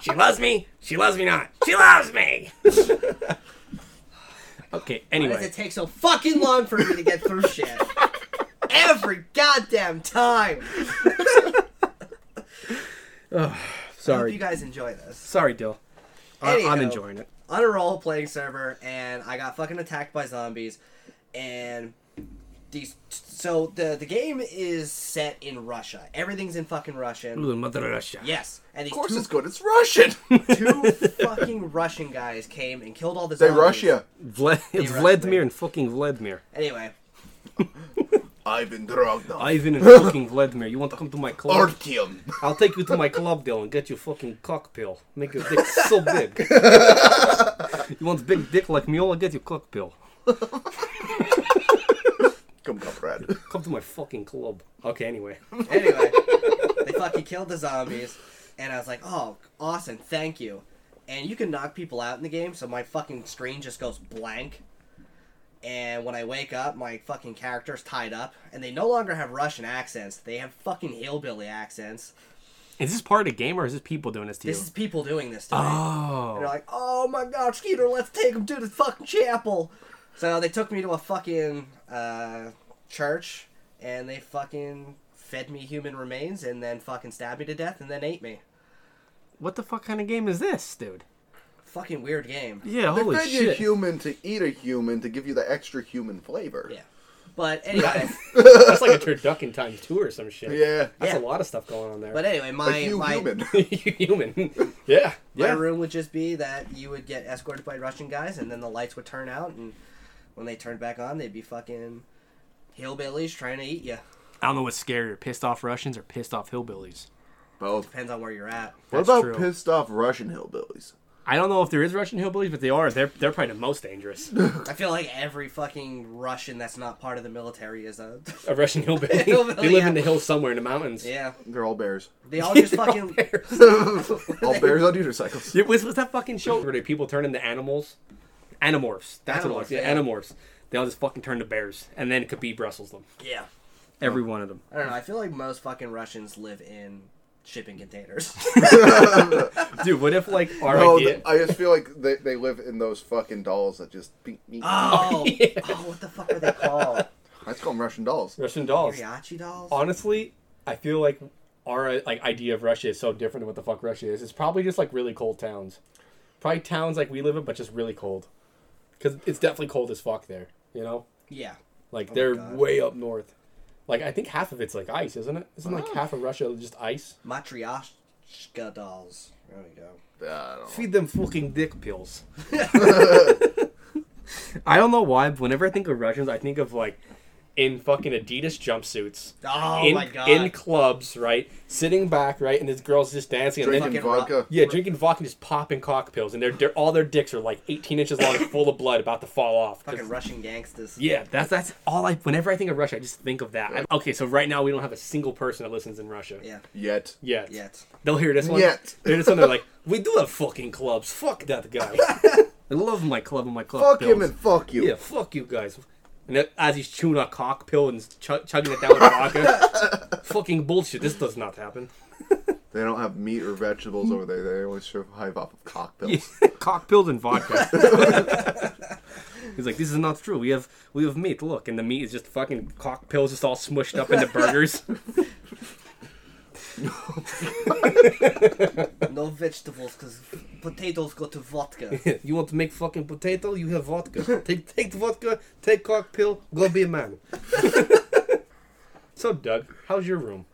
she loves me. She loves me not. She loves me. okay. why does Anyway, it take so fucking long for me to get [laughs] through shit? Every goddamn time. Hope you sorry. guys enjoy this. Sorry, Dill. I- I'm Anywho. enjoying it. On a role playing server, and I got fucking attacked by zombies, and these. So the the game is set in Russia. Everything's in fucking Russian. Ooh, Mother Russia. Yes, and these Of course two, it's good. It's Russian. two fucking Russian guys came and killed all the They zombies. Russia. Vla- it's Russia. Vladimir and fucking [laughs] Vladimir. Anyway, Ivan Dragunov. Ivan and fucking Vladimir. You want to come to my club? Artyom. I'll take you to my club, Dill, and get you fucking cock pill. Make your dick [laughs] so big. you want big dick like me? I'll get you cock pill. Come, comrade. Come to my fucking club. Okay, anyway. anyway, they fucking killed the zombies, and I was like, oh, awesome, thank you. And you can knock people out in the game, so my fucking screen just goes blank. And when I wake up, my fucking character's tied up, and they no longer have Russian accents. They have fucking hillbilly accents. [laughs] Is this part of the game or is this people doing this to This you? is people doing this to me. And they're Oh. like, oh my god, Skeeter, let's take him to the fucking chapel. So they took me to a fucking uh, church and they fucking fed me human remains and then fucking stabbed me to death and then ate me. What the fuck kind of game is this, dude? Fucking weird game. Yeah, They holy fed you Oh, shit. human to eat a human to give you the extra human flavor. Yeah. But anyway, That's like a turducken times two or some shit. Yeah. That's Yeah. a lot of stuff going on there. but anyway, A my hu- my, human. [laughs] you human. [laughs] yeah. my Yeah. room would just be that you would get escorted by Russian guys and then the lights would turn out and when they turned back on, they'd be fucking hillbillies trying to eat you. I don't know what's scarier, pissed off Russians or pissed off hillbillies. Both. Depends on where you're at. What That's about true. pissed off Russian hillbillies? I don't know if there is Russian hillbillies, but they are. They're they're probably the most [laughs] dangerous. I feel like every fucking Russian that's not part of the military is a [laughs] A Russian [laughs] hillbilly. Hillbilly, they live yeah. in the hills somewhere in the mountains. [laughs] yeah. They're all bears. They all just fucking all bears on unicycles. Yeah, what's, what's that fucking show where they people turn into animals? Animorphs. That's what it was. Animorphs, Yeah, yeah. animorphs. They all just fucking turn to bears, and then Khabib wrestles them. yeah. Every one of them. I don't know. I feel like most fucking Russians live in shipping [laughs] containers. [laughs] Dude, what if like our No, idea? th- Oh, I just feel like they, they live in those fucking dolls that just beep, beep. Ah. [laughs] oh, oh, what the fuck are they called? Let's call them Russian dolls. Russian dolls. Mariachi dolls. Honestly, I feel like our like idea of Russia is so different than what the fuck Russia is. It's probably just like really cold towns. Probably towns like we live in, but just really cold. Because it's definitely cold as fuck there. You know. Yeah. Like they're God. way up north. Like I think half of it's like ice, isn't it? Isn't like half of Russia just ice? Matryoshka dolls. There we go. Uh, I don't know. Feed them fucking dick pills. [laughs] I don't know why. but Whenever I think of Russians, I think of like in fucking Adidas jumpsuits. Oh in, my god. In clubs, right? Sitting back, right, and this girl's just dancing. And Drinking then, Fucking ro- vodka. yeah, drinking vodka, just popping cock pills, and they're, they're all their dicks are like 18 [coughs] inches long, and full of blood, about to fall off. 'Cause- fucking Russian gangsters. Yeah, that's that's all I. Whenever I think of Russia, I just think of that. I- okay, so right now we don't have a single person that listens in Russia. Yeah. Yet. Yet. Yet. They'll hear this one. Yet. They hear this one. They're like, we do have fucking clubs. Fuck that guy. [laughs] I love my club and my club. Fuck him pills. and fuck you. yeah, fuck you guys. And then as he's chewing a cock pill and chug- chugging it down with vodka, [laughs] fucking bullshit. This does not happen. They don't have meat or vegetables over there. They only survive off of cocktails. [laughs] cock pills and vodka. [laughs] He's like, this is not true. We have we have meat. Look, and the meat is just fucking cock pills, just all smushed up into [laughs] burgers. No vegetables because potatoes go to vodka. [laughs] you want to make fucking potato? You have vodka. [laughs] take take the vodka. Take cock pill. Go be a man. [laughs] so Doug, how's your room?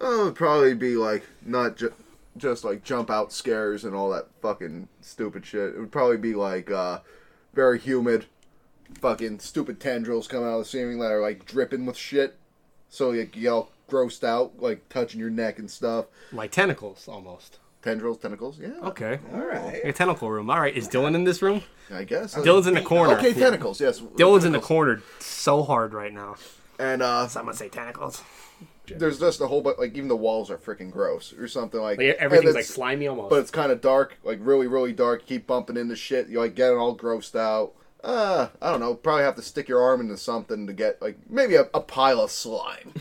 Oh, it'd probably be like not ju- just like jump out scares and all that fucking stupid shit. It would probably be like uh, very humid, fucking stupid tendrils coming out of the ceiling that are like dripping with shit. So like you get all grossed out, like touching your neck and stuff. Like tentacles, almost. Tendrils, tentacles, yeah. Okay. All right. Your tentacle room. All right. Is Dylan in this [laughs] room? I guess. Dylan's in the corner. Okay, tentacles. Yes. Dylan's in the tentacles. corner so hard right now. And uh, I'm gonna say tentacles. there's just a whole bunch. Like even the walls are freaking gross or something like. Like, and everything's like it's- slimy almost. but it's kind of dark, like really, really dark. You keep bumping into shit. You like getting all grossed out. uh, I don't know, probably have to stick your arm into something to get like maybe a, a pile of [laughs] slime.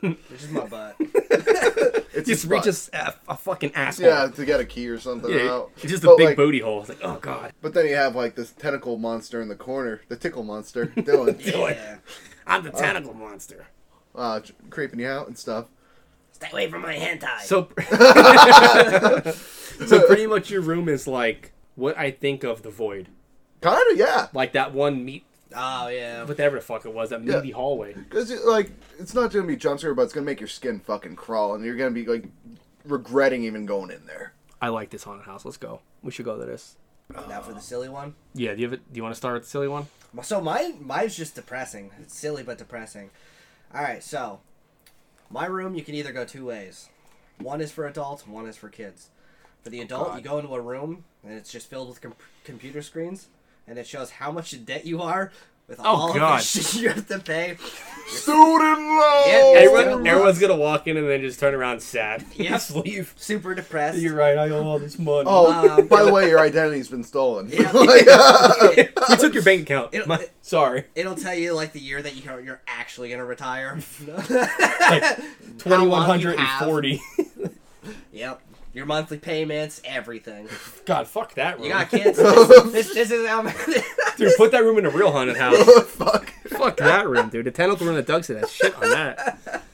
Which is my butt. It's Just his reach butt. a, s- a- a fucking asshole. yeah to get a key or something Yeah, out. it's just a But, big like, booty hole. It's like, oh god, But then you have like this tentacle monster in the corner, the tickle [laughs] monster, Dylan, yeah. I'm the tentacle monster. uh, j- creeping you out and stuff. Stay away from my hentai. So, [laughs] so pretty much your room is like what I think of the void, Kind of, yeah, like that one meat, oh yeah. whatever the fuck it was, that Yeah. meaty hallway. because like it's not gonna be jump scare, but it's gonna make your skin fucking crawl, and you're gonna be like regretting even going in there. I like this haunted house. Let's go. We should go to this. Now for the silly one. Yeah, do you have it? Do you want to start with the silly one? So mine, mine's just depressing. It's silly but depressing. All right, so my room you can either go two ways. One is for adults, and one is for kids. For the adult, you go into a room and it's just filled with com- computer screens, and it shows how much in debt you are with all of God. the [laughs] shit you have to pay. Student loan. Yeah, Everyone, everyone's gonna walk in and then just turn around sad. [laughs] Yeah. Just leave. Super depressed. [laughs] right. I owe all this money. Oh, Um, by the way, your identity's been stolen. Yeah. [laughs] Like, [laughs] you took your bank account. It- My- [laughs] sorry. It'll tell you like the year that you are, you're actually gonna retire. Twenty long one you hundred and forty. [laughs] yep. Your monthly payments, everything. God, fuck that room. You got kids. this, this is how. [laughs] Dude, put that room in a real haunted house. fuck. Fuck that room, dude. The tentacle room that Doug said that shit on that.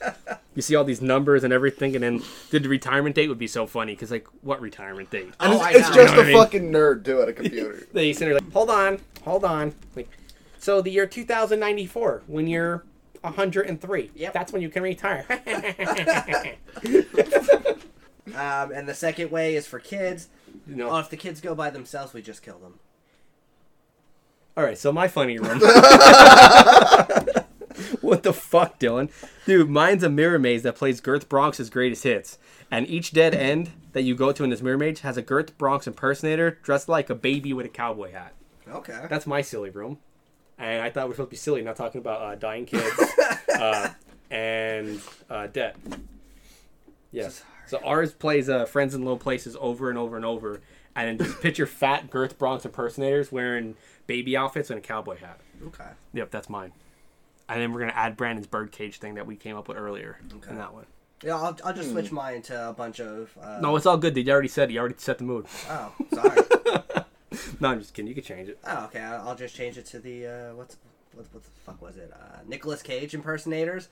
You see all these numbers and everything, and then did the retirement date would be so funny because like what retirement date? And Oh, I it's, it's know. just You know what I a mean? fucking nerd too at [laughs] a computer. They send her like, hold on, hold on. Like, so the year 2094, when you're 103, Yep. that's when you can retire. [laughs] Um, and the second way is for kids. you know. Oh, if the kids go by themselves, we just kill them. All right, so my funny room. [laughs] what the fuck, Dylan? Dude, mine's a mirror maze that plays Girth Bronx's greatest hits. And each dead end that you go to in this mirror maze has a Girth Bronx impersonator dressed like a baby with a cowboy hat. Okay. That's my silly room. And I thought we were supposed to be silly, not talking about uh, dying kids uh, and uh, debt. Yes. So ours plays uh, Friends in Low Places over and over and over. And then just picture fat Girth Bronx impersonators wearing baby outfits and a cowboy hat. Okay. Yep, that's mine. And then we're gonna add Brandon's birdcage thing that we came up with earlier in that one. Yeah, I'll, I'll just switch mine to a bunch of. Uh, No, it's all good, dude. You already said it. you already set the mood. [laughs] Oh, sorry. [laughs] No, I'm just kidding. You can change it. oh, okay. I'll I'll just change it to the uh, what's what, what the fuck was it? Uh, Nicolas Cage impersonators.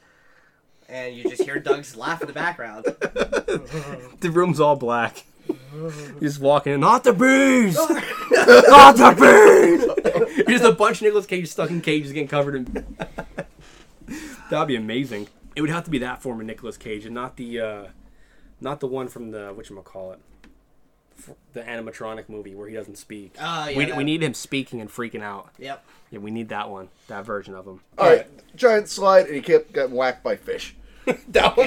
And you just hear Doug's [laughs] laugh in the background. The room's all [laughs] black. You're just walking in. Not the [laughs] bees! Not the bees! You're [laughs] just a bunch of Nicolas Cage stuck in cages getting covered in. [laughs] That'd be amazing. It would have to be that form of Nicolas Cage and not the, uh, not the one from the whatchamacallit, F- the animatronic movie where he doesn't speak. Oh, yeah, we, that- we need him speaking and freaking out. Yep. Yeah, we need that one, that version of him. All right, giant slide, and you kept getting whacked by fish. [laughs] That one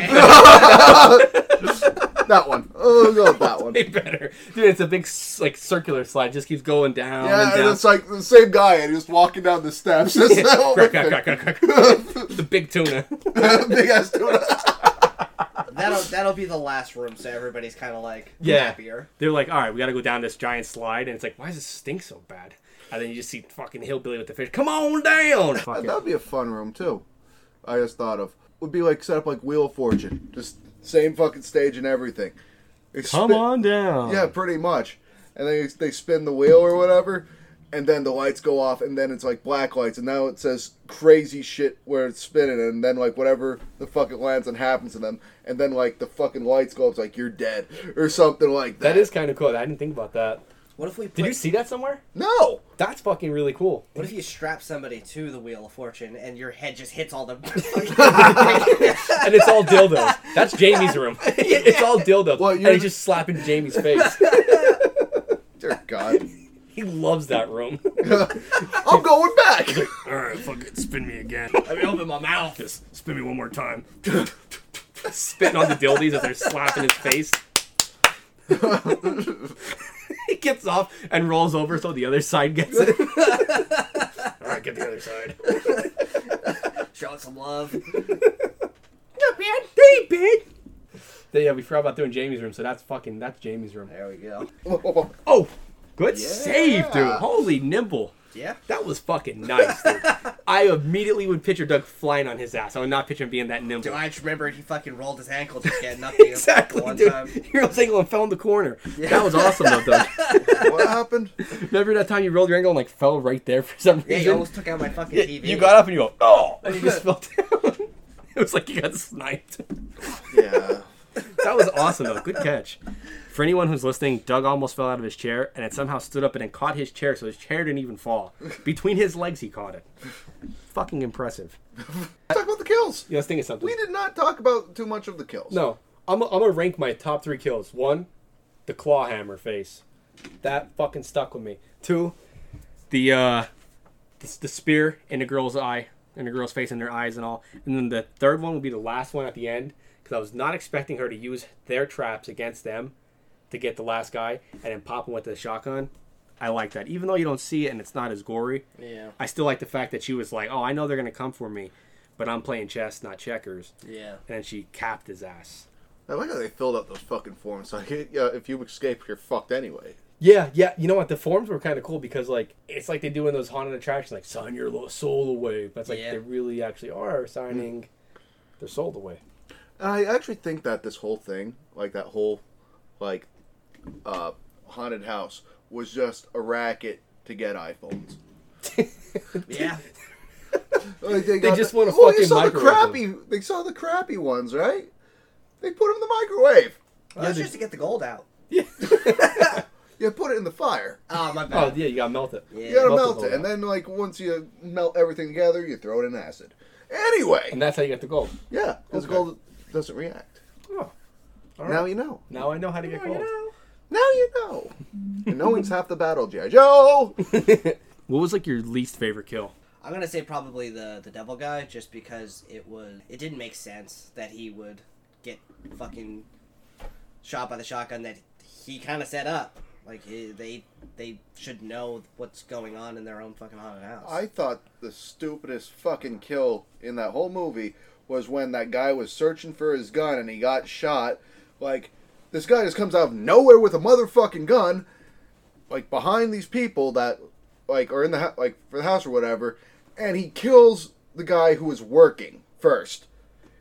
That [laughs] one. Oh, we'll go with that one. way better, dude. It's a big s- like circular slide, just keeps going down Yeah, and and down. it's like the same guy, and he's walking down the steps. [laughs] That's that one Crack, with [laughs] crack, crack, crack, crack. the big tuna. the big [laughs] ass tuna. That'll that'll be the last room, so everybody's kind of like Yeah. happier. They're like, all right, we got to go down this giant slide, and it's like, why does this stink so bad? And then you just see fucking hillbilly with the fish. Come on down. Fuck [laughs] it. That'd be a fun room too. I just thought of would be like set up like Wheel of Fortune, just same fucking stage and everything. They [laughs] Come spin- on down. Yeah, pretty much. And they they spin the wheel or whatever, and then the lights go off, and then it's like black lights, and now it says crazy shit where it's spinning, and then like whatever the fucking lands and happens to them, and then like the fucking lights go up, it's like you're dead or something like that. That is kind of cool. I didn't think about that. What if we put, Did you see that somewhere? no. That's fucking [laughs] really cool. What if you strap somebody to the wheel of fortune and your head just hits all the? [laughs] [laughs] And it's all dildos. That's [laughs] Jamie's room. it's all dildos. Well, and you're- he's just slapping [laughs] Jamie's face. Dear God, he loves that room. I'm going back. [laughs] all right, fuck it. Spin me [laughs] again. I mean, open my mouth. Just spin me one more time. Spitting on the dildies as they're slapping his face. [laughs] he gets off and rolls over so the other side gets it. Alright, get the other side. Show it some love. Hey, bitch! Yeah, we forgot about doing Jamie's room, so that's fucking that's Jamie's room. There we go. Whoa, whoa, whoa. Oh! Good save, dude. Holy nimble. Yeah. That was fucking nice, [laughs] dude. I immediately would picture Doug flying on his ass. I would not picture him being that nimble. Do I just remember he fucking rolled his ankle just getting [laughs] up? you know, exactly, One dude. [laughs] time. Hero's angle and fell in the corner. That was awesome, [laughs] though, Doug. What happened? Remember that time you rolled your ankle and like fell right there for some reason? [laughs] Yeah, you almost took out my fucking Yeah, TV. You got up and you go, [laughs] oh, and you just fell down. [laughs] it was like you got sniped. [laughs] Yeah. That was awesome though. Good catch. For anyone who's listening, Doug almost fell out of his chair and it somehow stood up and then caught his chair, so his chair didn't [laughs] even fall. Between his legs, he caught it. Fucking impressive. [laughs] Talk about the kills. Yeah, let's think of something. We did not talk about too much of the kills. No, I'm I'm gonna rank my top three kills. One, the claw hammer face, that fucking stuck with me. Two, the uh, the, the spear in the girl's eye, in the girl's face, and their eyes and all. And then the third one would be the last one at the end because I was not expecting her to use their traps against them to get the last guy and then pop him with the shotgun. I like that, even though you don't see it and it's not as gory. Yeah. I still like the fact that she was like, "Oh, I know they're gonna come for me." But I'm playing chess, not checkers. [laughs] Yeah. And then she capped his ass. I like how they filled out those fucking forms. Like, yeah, if you escape, you're fucked anyway. Yeah, yeah. You know what? The forms were kind of cool because like it's like they do in those haunted attractions, like sign your lo- soul away. But it's like Yeah. they really actually are signing their soul away. And I actually think that this whole thing, like that whole, like, uh, haunted house, was just a racket to get iPhones. Yeah. Like, they got just the- want a Well, you fucking saw the microwave crappy. They saw the crappy ones, right? They put them in the microwave. That's just to get the gold out. You put it in the fire. Oh my Oh bad. yeah, you gotta melt it. Yeah. You gotta Melt the melt gold it, and out. then like once you melt everything together, you throw it in acid. Anyway, and that's how you get the gold. yeah, because Okay. gold doesn't react. Oh, all Now right. you know. Now I know how to get gold. Now you know. [laughs] and knowing's half the battle, G.I. Joe. What was like your least favorite kill? I'm gonna say probably the the devil guy, just because it was it didn't make sense that he would get fucking shot by the shotgun that he kind of set up. Like he, they they should know what's going on in their own fucking haunted house. I thought the stupidest fucking kill in that whole movie was when that guy was searching for his gun and he got shot. Like, this guy just comes out of nowhere with a motherfucking gun, like behind these people that, like, are in the hou- like for the house or whatever, and he kills the guy who was working first.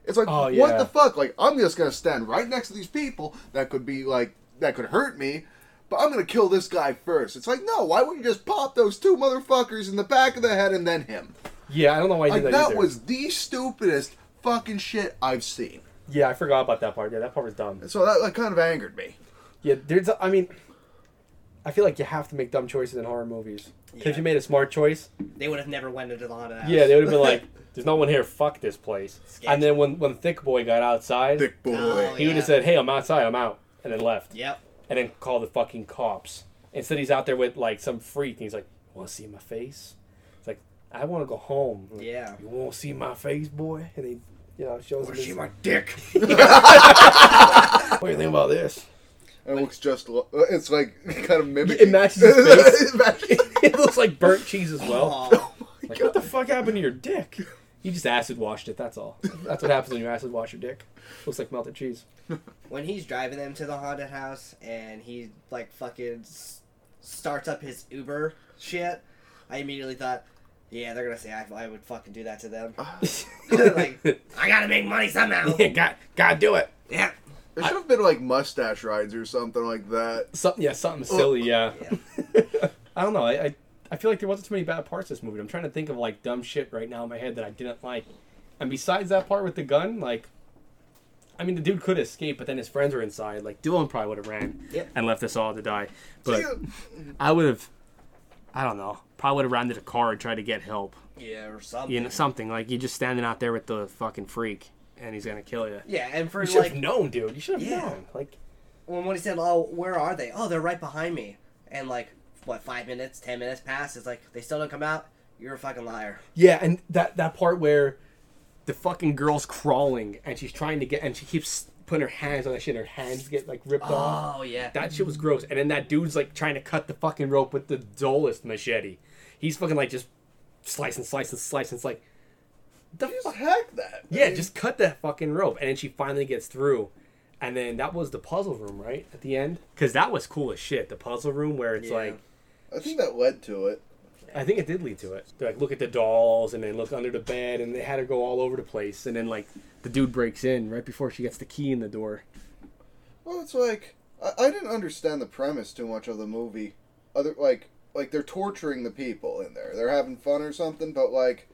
It's like, Oh, yeah. what the fuck? Like, I'm just gonna stand right next to these people that could be like that could hurt me, but I'm gonna kill this guy first. It's like, no, why wouldn't you just pop those two motherfuckers in the back of the head and then him? Yeah, I don't know why you Like did that. that either. was the stupidest fucking shit I've seen. Yeah, I forgot about that part. Yeah, that part was dumb. So that like kind of angered me. Yeah, there's. I mean, I feel like you have to make dumb choices in horror movies. 'Cause Yeah. if you made a smart choice, they would have never went into the haunted house. Yeah, they would have been like, "There's no one here. Fuck this place." Sketch. And then when when Thick Boy got outside, Thick boy. Oh, he would yeah. have said, "Hey, I'm outside. I'm out," and then [laughs] left, Yep. and then called the fucking cops. Instead, he's out there with like some freak, and he's like, "Want to see my face?" It's like, "I want to go home." I'm like, Yeah. You won't see my face, boy, and he, you know, shows him. [laughs] His, what dick. do you think about this? [laughs] And it looks just. lo- It's like [laughs] kind of mimicking. It [laughs] matches his face. It matches- it looks like burnt cheese as well. Oh, Like, what the fuck happened to your dick? You just acid washed it. That's all. That's what happens when you acid wash your dick. Looks like melted cheese. when he's driving them to the haunted house and he like fucking s- starts up his Uber shit, I immediately thought, yeah, they're gonna say I, I would fucking do that to them. [laughs] like I gotta make money somehow. [laughs] Yeah, got gotta do it. yeah. There should have been like mustache rides or something like that. Something, yeah, something silly, yeah. [laughs] I don't know. I, I I feel like there wasn't too many bad parts of this movie. I'm trying to think of like dumb shit right now in my head that I didn't like. And besides that part with the gun, like, I mean, the dude could escape, but then his friends were inside. Like, Dylan probably would have ran Yep. and left us all to die. But I would have, I don't know, probably would have rounded a car and tried to get help. Yeah, or something. You know, something like you're just standing out there with the fucking freak, and he's gonna kill you. yeah, and for You should have like known, dude. You should have Yeah. known. Like, when when he said, "Oh, where are they?" Oh, they're right behind me. And like what, five minutes, ten minutes pass. It's like they still don't come out. You're a fucking liar. Yeah, and that that part where the fucking girl's crawling and she's trying to get and she keeps putting her hands on that shit and her hands get like ripped off. Oh yeah. That shit was gross. And then that dude's like trying to cut the fucking rope with the dullest machete. He's fucking like just slice and slice and slice and it's like the fuck? Just hack that. Yeah, just cut that fucking rope. And then she finally gets through. And then that was the puzzle room, right? At the end? Because that was cool as shit. The puzzle room where it's Yeah. like I think that led to it. I think it did lead to it. They like look at the dolls and then look under the bed and they had her go all over the place and then like the dude breaks in right before she gets the key in the door. Well, it's like I, I didn't understand the premise too much of the movie. Other like like they're torturing the people in there. They're having fun or something, but like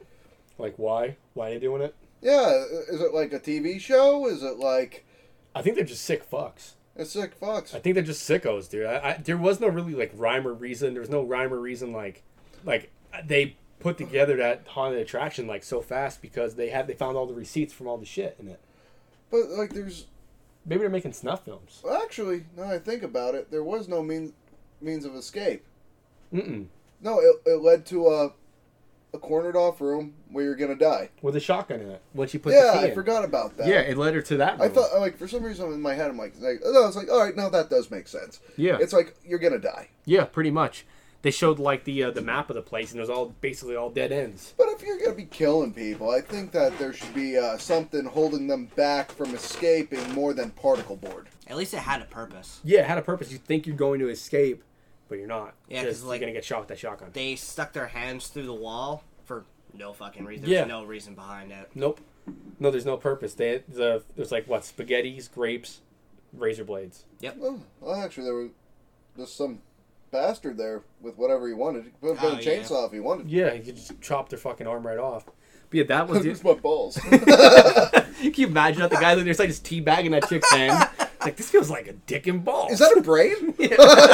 Like why? Why are they doing it? yeah, is it like a TV show? Is it like I think they're just sick fucks. a sick fox? I think they're just sickos, dude. I, I, there was no really like rhyme or reason. There was no rhyme or reason like like they put together that haunted attraction like so fast because they had they found all the receipts from all the shit in it. But like there's Maybe they're making snuff films. well, actually now that I think about it, there was no means means of escape. Mm-mm. No, it, it led to a a cornered off room where you're gonna die. With a shotgun in it. When she put yeah, the key I in. forgot about that. Yeah, it led her to that. I room. thought like for some reason in my head I'm like, like no, it's like all right, now that does make sense. Yeah. it's like you're gonna die. Yeah, pretty much. They showed like the uh, the map of the place, and it was all basically all dead ends. But if you're gonna be killing people, I think that there should be uh, something holding them back from escaping more than particle board. At least it had a purpose. Yeah, it had a purpose. You think you're going to escape, but you're not. Yeah, 'cause, because like- you're gonna get shot with that shotgun. They stuck their hands through the wall for no fucking reason. Yeah. There's no reason behind it. Nope. No, there's no purpose. They the there's like what spaghetti's, grapes, razor blades. Hmm. Well, well, actually, there was just some bastard there with whatever he wanted. He could have Oh, been a yeah. chainsaw if he wanted. Yeah, you could just chop their fucking arm right off. But yeah, that [laughs] was. It's my The, [laughs] balls. can you imagine that the guy on their side is teabagging that chick's hand? It's like this feels like a dick and balls. [laughs] Is that a brain?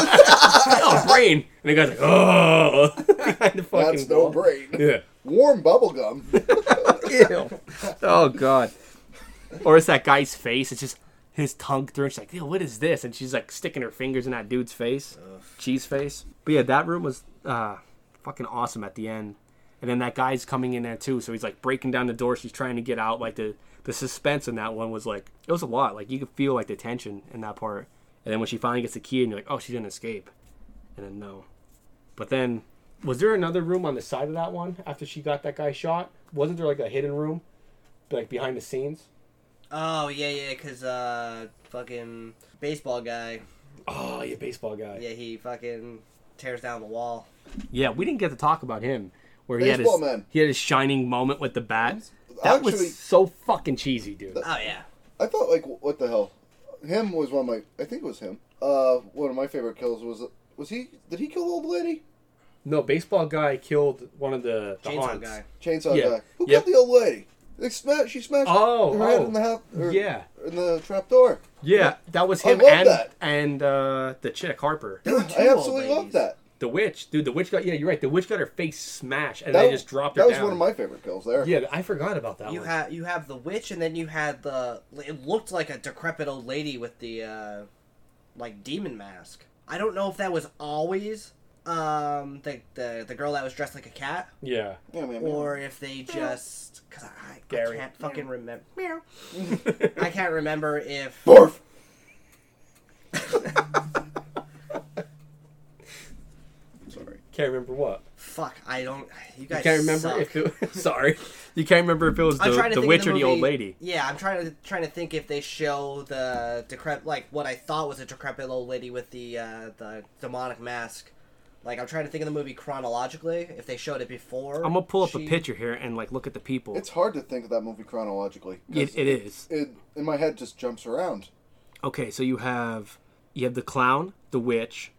a brain? And the guy's like, [laughs] oh, behind the fucking That's no wall. brain. Yeah. Warm bubble gum. Ew. Oh god. Or it's that guy's face. It's just his tongue through. And she's like, "Ew, what is this?" And she's like sticking her fingers in that dude's face, cheese face. But yeah, that room was uh, fucking awesome at the end. And then that guy's coming in there too. So he's like breaking down the door. She's trying to get out. Like the the suspense in that one was like it was a lot. Like you could feel like the tension in that part. And then when she finally gets the key, and you're like, "Oh, she didn't escape." And then no. But then, was there another room on the side of that one after she got that guy shot? Wasn't there like a hidden room, like behind the scenes? Oh yeah, yeah, because uh, fucking baseball guy. Oh, yeah, baseball guy. Yeah, Yeah, he fucking tears down the wall. we didn't get to talk about him. Where he Baseball had his man. he had his shining moment with the bat. That Actually- was so fucking cheesy, dude. Oh yeah. I thought like what the hell? Him was one of my I think it was him. Uh one of my favorite kills was was he did he kill the old lady? No, baseball guy killed one of the, the Chainsaw haunts. guy. Chainsaw Yeah. guy. Who Yep. killed the old lady? They sma- she smashed Oh, her head oh. in the half, or Yeah. in the trap door. Yeah, that was I him love and that. and uh, the chick Harper, I absolutely love that. the witch, dude. The witch got yeah, you're right. The witch got her face smashed, and That they just dropped her That was down. one of my favorite kills there. Yeah, I forgot about that You one. have you have the witch, and then you had the. It looked like a decrepit old lady with the, uh, like demon mask. I don't know if that was always um the the, the girl that was dressed like a cat, [laughs] yeah. Yeah, man. or if they just because I, I Gary. can't fucking remember. I can't remember if Barf. Sorry. Can't remember what. fuck I don't. You You guys can't remember suck. if it [laughs] sorry. You can't remember if it was I'm the, trying to the think witch of the or the old movie- lady. Yeah, I'm trying to trying to think if they show the decrepit, like what I thought was a decrepit old lady with the uh, the demonic mask. Like I'm trying to think of the movie chronologically if they showed it before. I'm gonna pull up she- a picture here and like look at the people. It's hard to think of that movie chronologically. 'cause It, it is it in my head just jumps around. okay. So you have you have the clown, the witch,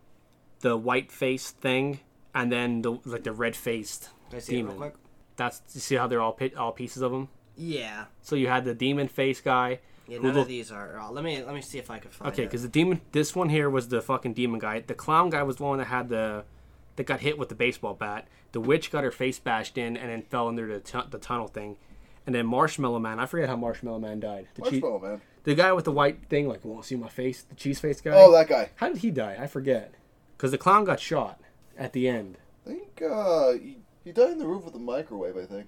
the white faced thing, and then the like the red faced Can I see it real demon. quick? That's you see how they're all pi- all pieces of them. Yeah. So you had the demon face guy. Yeah, who none of looked- these are. oh, let me let me see if I can find. Okay, it. because the demon, this one here was the fucking demon guy. The clown guy was the one that had the, that got hit with the baseball bat. The witch got her face bashed in and then fell under the, tu- the tunnel thing. And then Marshmallow Man, I forget how Marshmallow Man died. The, che- Marshmallow man. the guy with the white thing, like, won't see my face, the cheese face guy. Oh, that guy. How did he die? I forget. Because the clown got shot at the end. I think uh, he, he died in the roof with a microwave. I think,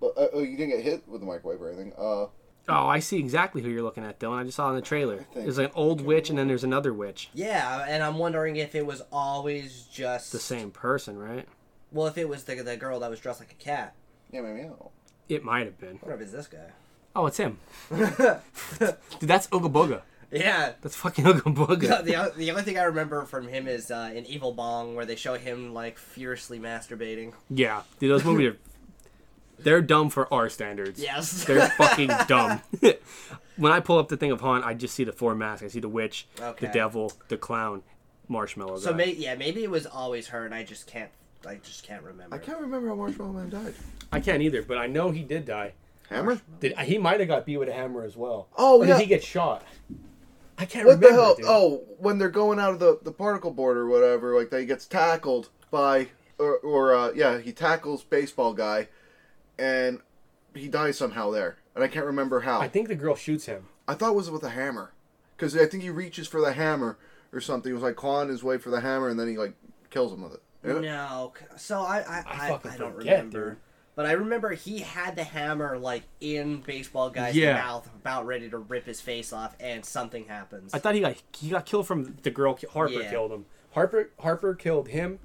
but uh, oh, you didn't get hit with the microwave or anything. Uh, Oh, I see exactly who you're looking at, though, and I just saw it in the trailer. think- There's like an old witch, and then there's another witch. Yeah, and I'm wondering if it was always just The same person, right? Well, if it was the the girl that was dressed like a cat. yeah, meow, meow. It might have been. [laughs] What if it's this guy? [laughs] Oh, it's him. Dude, that's Ooga Booga. Yeah. That's fucking Ooga [laughs] Booga. The, o- the only thing I remember from him is uh, in Evil Bong, where they show him like furiously masturbating. yeah, dude, those movies are. They're dumb for our standards. Yes. [laughs] [laughs] They're fucking dumb. [laughs] when I pull up the thing of Han, I just see the four masks. I see the witch, Okay. the devil, the clown, [laughs] marshmallow. so guy. may, yeah, maybe it was always her, and I just can't. I just can't remember. I can't remember how Marshmallow Man died. I can't either, but I know he did die. Hammer? Did he might have got beat with a hammer as well? Oh, Or yeah. Did he get shot? I can't What the remember. hell? dude. Oh, when they're going out of the, the particle board or whatever, like they gets tackled by or, or uh, yeah, he tackles baseball guy, and he dies somehow there, and I can't remember how. I think the girl shoots him. I thought it was with a hammer, because I think he reaches for the hammer or something. It was like clawing his way for the hammer, and then he like kills him with it. Yeah? No, c- so I I, I I, fucking I don't forget, remember. dude. But I remember he had the hammer like in baseball guy's Yeah. mouth, about ready to rip his face off, and something happens. I thought he got he got killed from the girl ki- Harper Yeah. killed him. Harper Harper killed him,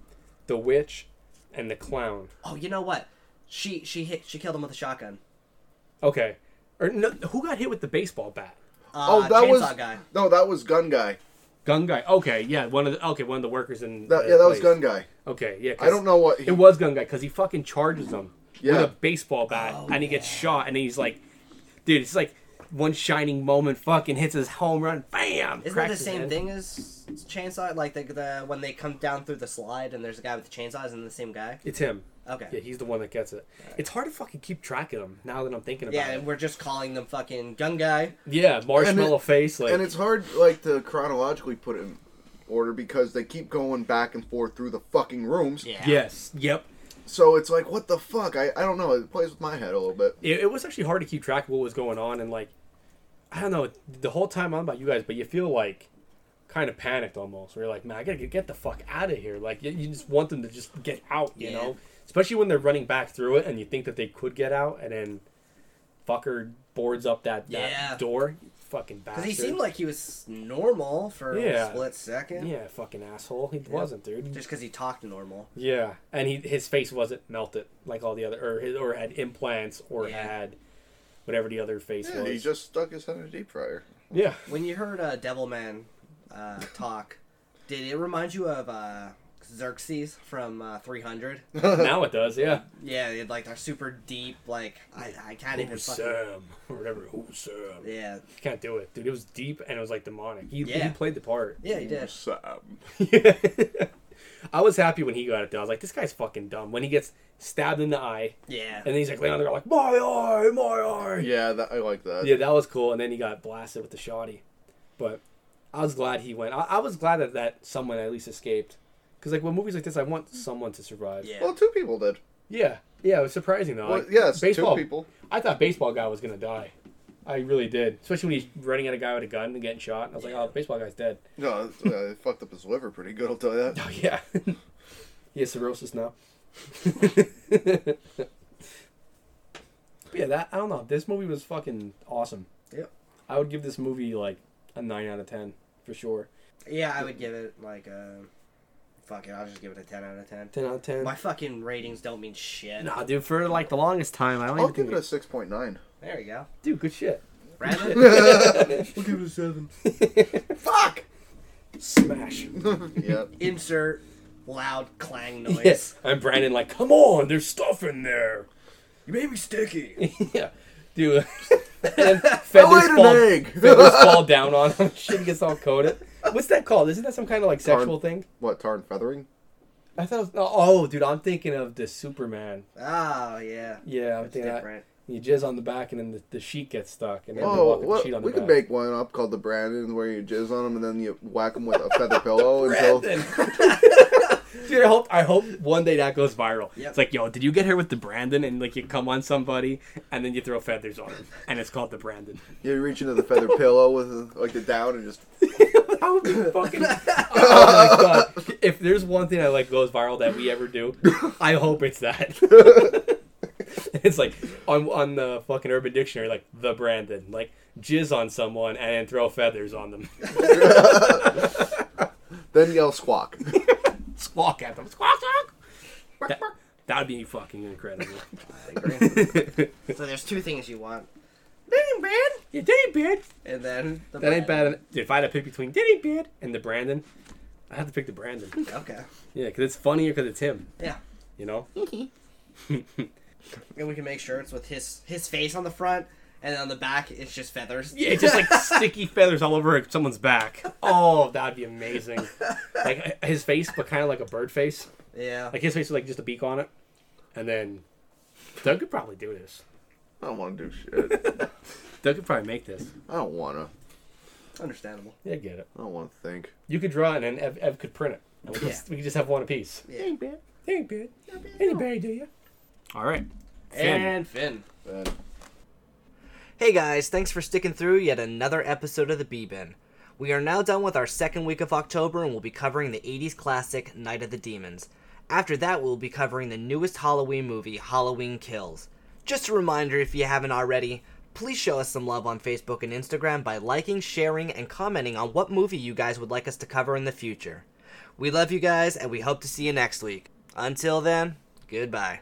the witch, and the clown. oh, you know what? She she hit she killed him with a shotgun. Okay, or no, who got hit with the baseball bat? Uh, Oh, that chainsaw was guy. no, that was gun guy. Gun guy. Okay, yeah, one of the okay one of the workers in That, the yeah, that was place. gun guy. Okay, yeah. 'cause I don't know what. He, Uh, It was gun guy because he fucking charges him Yeah. with a baseball bat Oh, and he gets shot and he's like, dude, it's like one shining moment. Fucking hits his home run. Bam. Isn't that cracks the his same head. thing as chainsaw? Like the, the when they come down through the slide and there's a guy with the chainsaw, isn't it the same guy? It's him. Okay. Yeah, he's the one that gets it. It's hard to fucking keep track of him now that I'm thinking about Yeah, it. and we're just calling them fucking gun guy. Yeah, marshmallow face. Like, and it's hard like to chronologically put it in order because they keep going back and forth through the fucking rooms. Yeah. yes, yep. So it's like, what the fuck? I, I don't know. It plays with my head a little bit. It, it was actually hard to keep track of what was going on and like, I don't know. The whole time I don't know about you guys, but you feel like kind of panicked almost. Where you're like, man, I gotta get, get the fuck out of here. Like, you, you just want them to just get out, you Yeah. know? Especially when they're running back through it and you think that they could get out, and then fucker boards up that, that Yeah. door. Fucking Because bastard. he seemed like he was normal for Yeah. a split second. yeah, fucking asshole. He wasn't, dude. Just because he talked normal. Yeah, and he his face wasn't melted like all the other, or his, or had implants, or Yeah. had whatever the other face Yeah, was. he just stuck his head in a deep fryer. [laughs] yeah, When you heard uh, Devilman uh, talk, did it remind you of uh, Xerxes from uh, [laughs] 300? now it does. Yeah, yeah, it, like they're super deep. Like I, I can't even who's fucking. Sam or whatever. Who's Sam? Yeah, Can't do it, dude. It was deep and it was like demonic. He, Yeah. he played the part. yeah, he did. Sam. [laughs] I was happy when he got it. Though I was like, this guy's fucking dumb. When he gets stabbed in the eye, Yeah, and then he's like laying on the ground, like my eye, my eye. Yeah, that, I like that. yeah, that was cool. And then he got blasted with the shoddy. But I was glad he went. I, I was glad that, that someone at least escaped. Because, like, with movies like this, I want someone to survive. yeah. Well, two people did. Yeah. Yeah, it was surprising, though. Well, Like, yes, two people. I thought baseball guy was going to die. I really did. Especially when he's running at a guy with a gun and getting shot. I was like, oh, baseball guy's dead. No, uh, [laughs] it fucked up his liver pretty good, I'll tell you that. [laughs] Oh, yeah. he has cirrhosis now. [laughs] but yeah, that, I don't know. This movie was fucking awesome. Yep. I would give this movie, like, a 9 out of 10 for sure. Yeah, I would give it like a. Fuck it, I'll just give it a 10 out of 10. 10 out of 10. My fucking ratings don't mean shit. Nah, dude, for like the longest time, I don't I'll even give think it a 6.9. There you go. [laughs] Dude, good shit. [laughs] Brandon? I'll give it a 7. Fuck! [laughs] Smash. yeah. Insert loud clang noise. Yes. I'm Brandon, like, come on, there's stuff in there. [laughs] You made me sticky. yeah. Dude. [laughs] and feathers, laid an fall, egg. feathers [laughs] fall down on him. Shit gets all coated. What's that called? Isn't that some kind of like sexual thing? [laughs] What, tar and feathering? I thought it was. Oh, dude, I'm thinking of the Superman. oh, yeah. Yeah, I'm It's thinking that. different. You jizz on the back and then the, the sheet gets stuck. And then they Oh, walk with the sheet well, on we the could back. make one up called the Brandon where you jizz on him and then you whack him with a [laughs] feather pillow until. [laughs] Dude, I hope I hope one day that goes viral. Yep. It's like, yo, did you get here with the Brandon? And like, you come on somebody, and then you throw feathers on him, and it's called the Brandon. You reach into the feather pillow with like the down and just. that would be [laughs] fucking. Oh my god! If there's one thing that like goes viral that we ever do, I hope it's that. [laughs] it's like on on the fucking Urban Dictionary, like the Brandon, like jizz on someone and then throw feathers on them, [laughs] Then yell squawk. [laughs] squawk at them, squawk squawk. That, [laughs] that'd be fucking incredible. I agree. so there's two things you want. That ain't bad. Yeah, that ain't bad. And then the That ain't Brandon. bad. Dude, if I had to pick between that ain't bad and the Brandon, I have to pick the Brandon. Okay. Yeah, because it's funnier because it's him. Yeah. You know. And we can make sure it's with his his face on the front, and on the back it's just feathers. Yeah, just [laughs] like sticky feathers all over someone's back. Oh, that'd be amazing. [laughs] Like his face, but kind of like a bird face. Yeah. Like his face with like just a beak on it, and then Doug could probably do this. I don't want to do shit. Doug could probably make this. I don't want to. Understandable. Yeah, I get it. I don't want to think. You could draw it, and then Ev, Ev could print it. And we, could, we could just have one apiece. Yeah. Ain't bad. Ain't bad. Ain't bad, do you? All right. Finn. And Finn. Bad. Hey guys, thanks for sticking through yet another episode of the B Bin. We are now done with our second week of October and we'll be covering the 80s classic Night of the Demons. After that, we'll be covering the newest Halloween movie, Halloween Kills. Just a reminder if you haven't already, please show us some love on Facebook and Instagram by liking, sharing, and commenting on what movie you guys would like us to cover in the future. We love you guys and we hope to see you next week. Until then, goodbye.